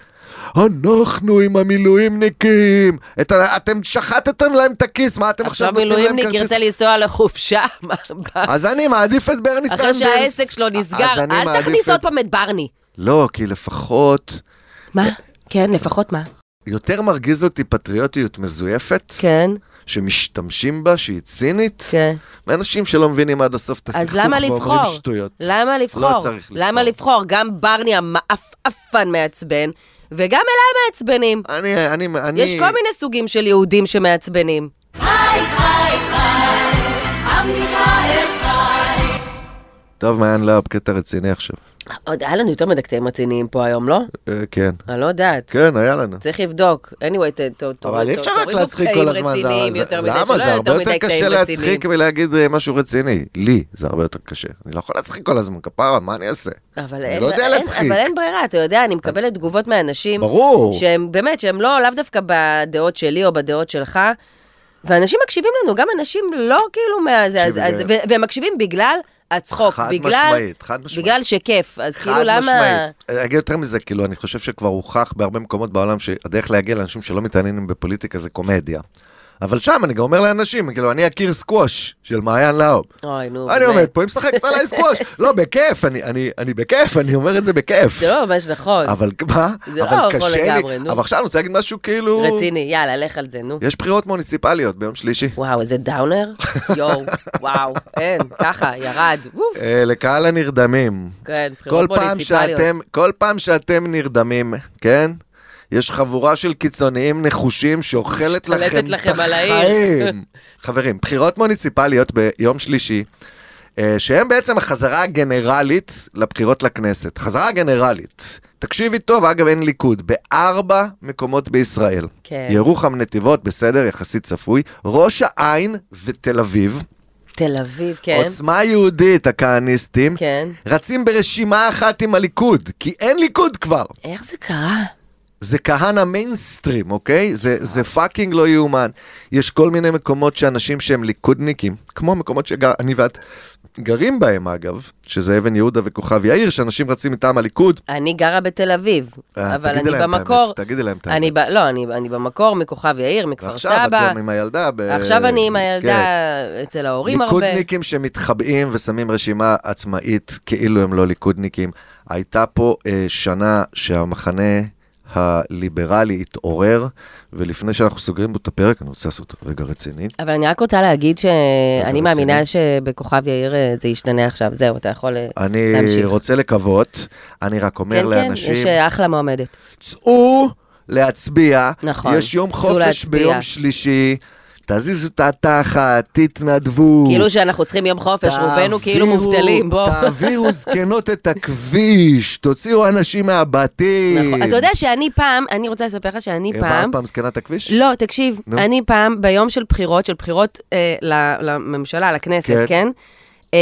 Speaker 1: אנחנו עם המילואימניקים, את ה... אתם שחטתם להם את הכיס, מה אתם עכשיו
Speaker 2: עכשיו
Speaker 1: נותנים להם
Speaker 2: מילואימניק
Speaker 1: כרטיס?
Speaker 2: ירצה לנסוע לחופשה, מה הבעיה?
Speaker 1: אז אני מעדיף את ברני סנדרס. אה,
Speaker 2: אחרי שהעסק שלו נסגר,
Speaker 1: אז אני
Speaker 2: אל
Speaker 1: מעדיף
Speaker 2: תכניס
Speaker 1: את-
Speaker 2: עוד פעם את ברני.
Speaker 1: לא, כי לפחות...
Speaker 2: מה? כן, לפחות מה?
Speaker 1: יותר מרגיז אותי פטריוטיות מזויפת.
Speaker 2: כן.
Speaker 1: שמשתמשים בה, שהיא צינית.
Speaker 2: כן.
Speaker 1: מאנשים שלא מבינים עד הסוף את הסכסוך
Speaker 2: אז למה
Speaker 1: ואומרים
Speaker 2: לבחור?
Speaker 1: שטויות.
Speaker 2: למה לבחור?
Speaker 1: לא צריך לבחור.
Speaker 2: למה לבחור? גם ברני המעפעפן מעצבן, וגם אל על מעצבנים.
Speaker 1: אני, אני, אני...
Speaker 2: יש כל מיני סוגים של יהודים שמעצבנים.
Speaker 1: טוב, מעיין לאב, קטע רציני עכשיו.
Speaker 2: עוד היה לנו יותר מדי קטעים רציניים פה היום, לא?
Speaker 1: אה, כן.
Speaker 2: אני לא יודעת.
Speaker 1: כן, היה לנו.
Speaker 2: צריך לבדוק. anyway, ת- ת- ת-
Speaker 1: אבל אי
Speaker 2: ת-
Speaker 1: אפשר רק
Speaker 2: תורידו
Speaker 1: להצחיק
Speaker 2: קטעים
Speaker 1: כל הזמן, זה-
Speaker 2: רציניים
Speaker 1: זה-
Speaker 2: יותר מדי, שלא
Speaker 1: למה? זה
Speaker 2: יהיו
Speaker 1: הרבה יותר
Speaker 2: מדי
Speaker 1: קשה
Speaker 2: קטעים
Speaker 1: להצחיק
Speaker 2: רציניים.
Speaker 1: ולהגיד אה, משהו רציני. לי זה הרבה יותר קשה. אני לא יכול להצחיק כל הזמן, כפרה, מה אני אעשה?
Speaker 2: אבל
Speaker 1: אני
Speaker 2: אין-
Speaker 1: לא יודע
Speaker 2: אין-
Speaker 1: להצחיק.
Speaker 2: אבל אין ברירה, אתה יודע, אני מקבלת תגובות מאנשים.
Speaker 1: ברור.
Speaker 2: שהם באמת, שהם לא, לאו דווקא בדעות שלי או בדעות שלך. ואנשים מקשיבים לנו, גם אנשים לא כאילו מה... זה, אז,
Speaker 1: תקשיבי,
Speaker 2: אז,
Speaker 1: זה-
Speaker 2: ו- והם מקשיבים בגלל הצחוק.
Speaker 1: חד
Speaker 2: בגלל,
Speaker 1: משמעית, חד משמעית.
Speaker 2: בגלל שכיף, אז כאילו
Speaker 1: חד
Speaker 2: למה...
Speaker 1: משמעית. אני אגיד יותר מזה, כאילו, אני חושב שכבר הוכח בהרבה מקומות בעולם שהדרך להגיע לאנשים שלא מתעניינים בפוליטיקה זה קומדיה. אבל שם אני גם אומר לאנשים, כאילו, אני אכיר סקווש של מעיין לאוב.
Speaker 2: אוי, נו,
Speaker 1: אני
Speaker 2: באמת.
Speaker 1: עומד פה, היא משחקת עליי סקווש. לא, בכיף, אני- אני אני בכיף, אני אומר את זה בכיף.
Speaker 2: זה לא ממש נכון.
Speaker 1: אבל מה?
Speaker 2: זה לא
Speaker 1: אבל
Speaker 2: נכון
Speaker 1: קשה לי.
Speaker 2: לגמרי, נו.
Speaker 1: אבל עכשיו אני רוצה להגיד משהו כאילו...
Speaker 2: רציני, יאללה, לך על זה, נו.
Speaker 1: יש בחירות מוניציפליות ביום שלישי.
Speaker 2: וואו, איזה דאונר. יואו, וואו, אין, ככה, ירד. וואו.
Speaker 1: אה, לקהל הנרדמים.
Speaker 2: כן,
Speaker 1: כל
Speaker 2: בחירות
Speaker 1: פעם
Speaker 2: מוניציפליות.
Speaker 1: שאתם, כל פעם שאתם נרדמים, כן? יש חבורה של קיצוניים נחושים שאוכלת
Speaker 2: משתלטת
Speaker 1: לכם את
Speaker 2: לכם על העיר.
Speaker 1: החיים. חברים, בחירות מוניציפליות ביום שלישי, אה, שהן בעצם החזרה הגנרלית לבחירות לכנסת. חזרה גנרלית. תקשיבי טוב, אגב, אין ליכוד. בארבע מקומות בישראל.
Speaker 2: כן.
Speaker 1: ירוחם, נתיבות, בסדר, יחסית צפוי. ראש העין ותל אביב.
Speaker 2: תל אביב, כן.
Speaker 1: עוצמה יהודית, הכהניסטים,
Speaker 2: כן.
Speaker 1: רצים ברשימה אחת עם הליכוד, כי אין ליכוד כבר.
Speaker 2: איך זה קרה?
Speaker 1: זה כהנא מיינסטרים, אוקיי? זה, זה פאקינג לא יאומן. יש כל מיני מקומות שאנשים שהם ליכודניקים, כמו מקומות שאני ואת גרים בהם, אגב, שזה אבן יהודה וכוכב יאיר, שאנשים רצים מטעם הליכוד.
Speaker 2: אני גרה בתל אביב,
Speaker 1: אה,
Speaker 2: אבל
Speaker 1: תגידי
Speaker 2: אני
Speaker 1: להם את האמת,
Speaker 2: במקור...
Speaker 1: תגידי להם את
Speaker 2: אני
Speaker 1: האמת.
Speaker 2: ב... לא, אני, אני במקור מכוכב יאיר, מכפר
Speaker 1: ועכשיו את
Speaker 2: סבא.
Speaker 1: גם עם הילדה. ב...
Speaker 2: עכשיו אני עם הילדה
Speaker 1: כן.
Speaker 2: אצל ההורים הרבה.
Speaker 1: ליכודניקים שמתחבאים ושמים רשימה עצמאית כאילו הם לא ליכודניקים. הייתה פה אה, שנה שהמחנה הליברלי התעורר, ולפני שאנחנו סוגרים בו את הפרק, אני רוצה לעשות רגע רציני.
Speaker 2: אבל אני רק רוצה להגיד שאני
Speaker 1: רציני.
Speaker 2: מאמינה שבכוכב יאיר אה, זה ישתנה עכשיו. זהו, אתה יכול אה,
Speaker 1: אני
Speaker 2: להמשיך.
Speaker 1: רוצה לקוות, אני רק אומר
Speaker 2: כן, כן,
Speaker 1: לאנשים...
Speaker 2: יש אה, אחלה מועמדת.
Speaker 1: צאו להצביע.
Speaker 2: נכון,
Speaker 1: יש יום
Speaker 2: צאו
Speaker 1: חופש
Speaker 2: להצביע.
Speaker 1: ביום שלישי, תזיזו את התחת, תתנדבו.
Speaker 2: כאילו שאנחנו צריכים יום חופש, רובנו כאילו מובטלים, בוא.
Speaker 1: תעבירו זקנות את הכביש, תוציאו אנשים מהבתים.
Speaker 2: נכון. אתה יודע שאני פעם, אני רוצה לספר לך שאני פעם...
Speaker 1: העברת פעם זקנת הכביש?
Speaker 2: לא, תקשיב,
Speaker 1: נו.
Speaker 2: אני פעם ביום של בחירות, של בחירות אה, ל- לממשלה,
Speaker 1: כן.
Speaker 2: לכנסת, כן? אה,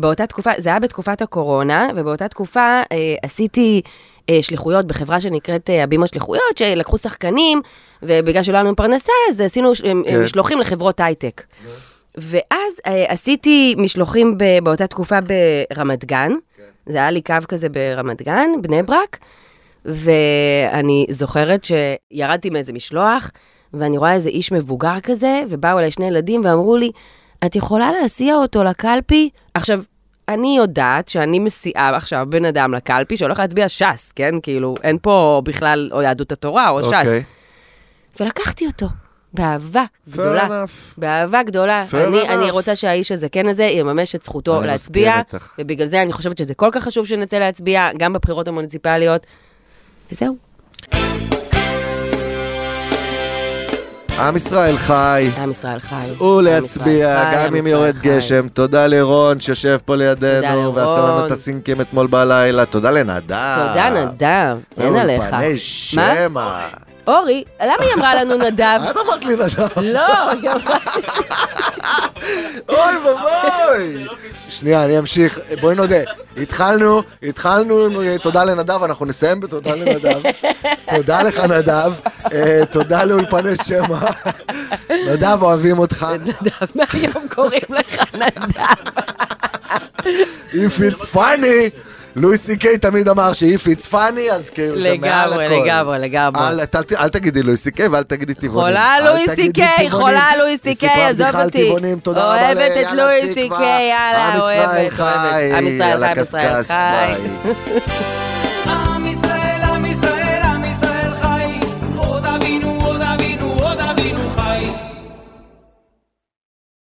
Speaker 2: באותה תקופה, זה היה בתקופת הקורונה, ובאותה תקופה אה, עשיתי אה, שליחויות בחברה שנקראת אה, הבימה שליחויות, שלקחו שחקנים, ובגלל שלא היה לנו פרנסה, אז עשינו ש- אה,
Speaker 5: כן.
Speaker 2: משלוחים לחברות הייטק. ואז אה, עשיתי משלוחים ב- באותה תקופה ברמת גן,
Speaker 1: כן.
Speaker 2: זה היה לי קו כזה ברמת גן, בני ברק, ואני זוכרת שירדתי מאיזה משלוח, ואני רואה איזה איש מבוגר כזה, ובאו אליי שני ילדים ואמרו לי, את יכולה להסיע אותו לקלפי? עכשיו, אני יודעת שאני מסיעה עכשיו בן אדם לקלפי שהולך להצביע ש"ס, כן? כאילו, אין פה בכלל או יהדות התורה או לא, ש"ס.
Speaker 1: אוקיי.
Speaker 2: ולקחתי אותו. באהבה גדולה,
Speaker 1: enough.
Speaker 2: באהבה גדולה.
Speaker 1: Fair
Speaker 2: אני,
Speaker 1: enough.
Speaker 2: אני רוצה שהאיש הזקן הזה יממש את זכותו
Speaker 1: אני
Speaker 2: להצביע,
Speaker 1: מסכים איתך.
Speaker 2: ובגלל זה אני חושבת שזה כל כך חשוב שנצא להצביע, גם בבחירות המוניציפליות. וזהו.
Speaker 1: עם ישראל חי.
Speaker 2: עם ישראל חי.
Speaker 1: צאו להצביע,
Speaker 2: חי,
Speaker 1: גם
Speaker 2: עם
Speaker 1: אם
Speaker 2: ישראל
Speaker 1: יורד
Speaker 2: חי.
Speaker 1: גשם. תודה לרון שיושב פה
Speaker 2: תודה
Speaker 1: לידינו,
Speaker 2: לרון.
Speaker 1: ועשה לנו את הסינקים אתמול בלילה. תודה לנדב.
Speaker 2: תודה, נדב, אין עליך.
Speaker 1: אה, אולפני
Speaker 2: מה?
Speaker 1: שמע.
Speaker 2: אורי, למה היא אמרה לנו נדב?
Speaker 1: את אמרת לי נדב.
Speaker 2: לא, היא אמרה...
Speaker 1: אוי ואבוי.
Speaker 2: לא
Speaker 1: שנייה, אני אמשיך. בואי נודה. התחלנו, התחלנו, אה, תודה לנדב, אנחנו נסיים בתודה לנדב. תודה לך, נדב. אה, תודה לאולפני שמע. נדב, אוהבים אותך.
Speaker 2: נדב, מהיום קוראים לך נדב.
Speaker 1: If it's funny. לואי סי קיי תמיד אמר ש-if it's funny, אז כאילו זה מעל הכל. אה, לא,
Speaker 2: לגמרי, לגמרי, לגמרי.
Speaker 1: אל, אל, אל, אל תגידי לואי סי קיי ואל תגידי טבעונים.
Speaker 2: חולה
Speaker 1: אל
Speaker 2: לואי
Speaker 1: תגידי
Speaker 2: סי קיי,
Speaker 1: טבעונים.
Speaker 2: חולה לואי סי
Speaker 1: היא
Speaker 2: קיי,
Speaker 1: סיפרה
Speaker 2: עזוב
Speaker 1: בדיחה על
Speaker 2: אותי.
Speaker 1: טבעונים, תודה רבה
Speaker 2: אוהבת
Speaker 1: ליאללה
Speaker 2: את לואי סי
Speaker 1: תקווה.
Speaker 2: קיי, יאללה,
Speaker 1: עם ישראל
Speaker 2: אוהבת,
Speaker 1: חי,
Speaker 2: אוהבת. עם ישראל
Speaker 1: על
Speaker 2: חי, עם ישראל
Speaker 1: הקשקש,
Speaker 2: חי.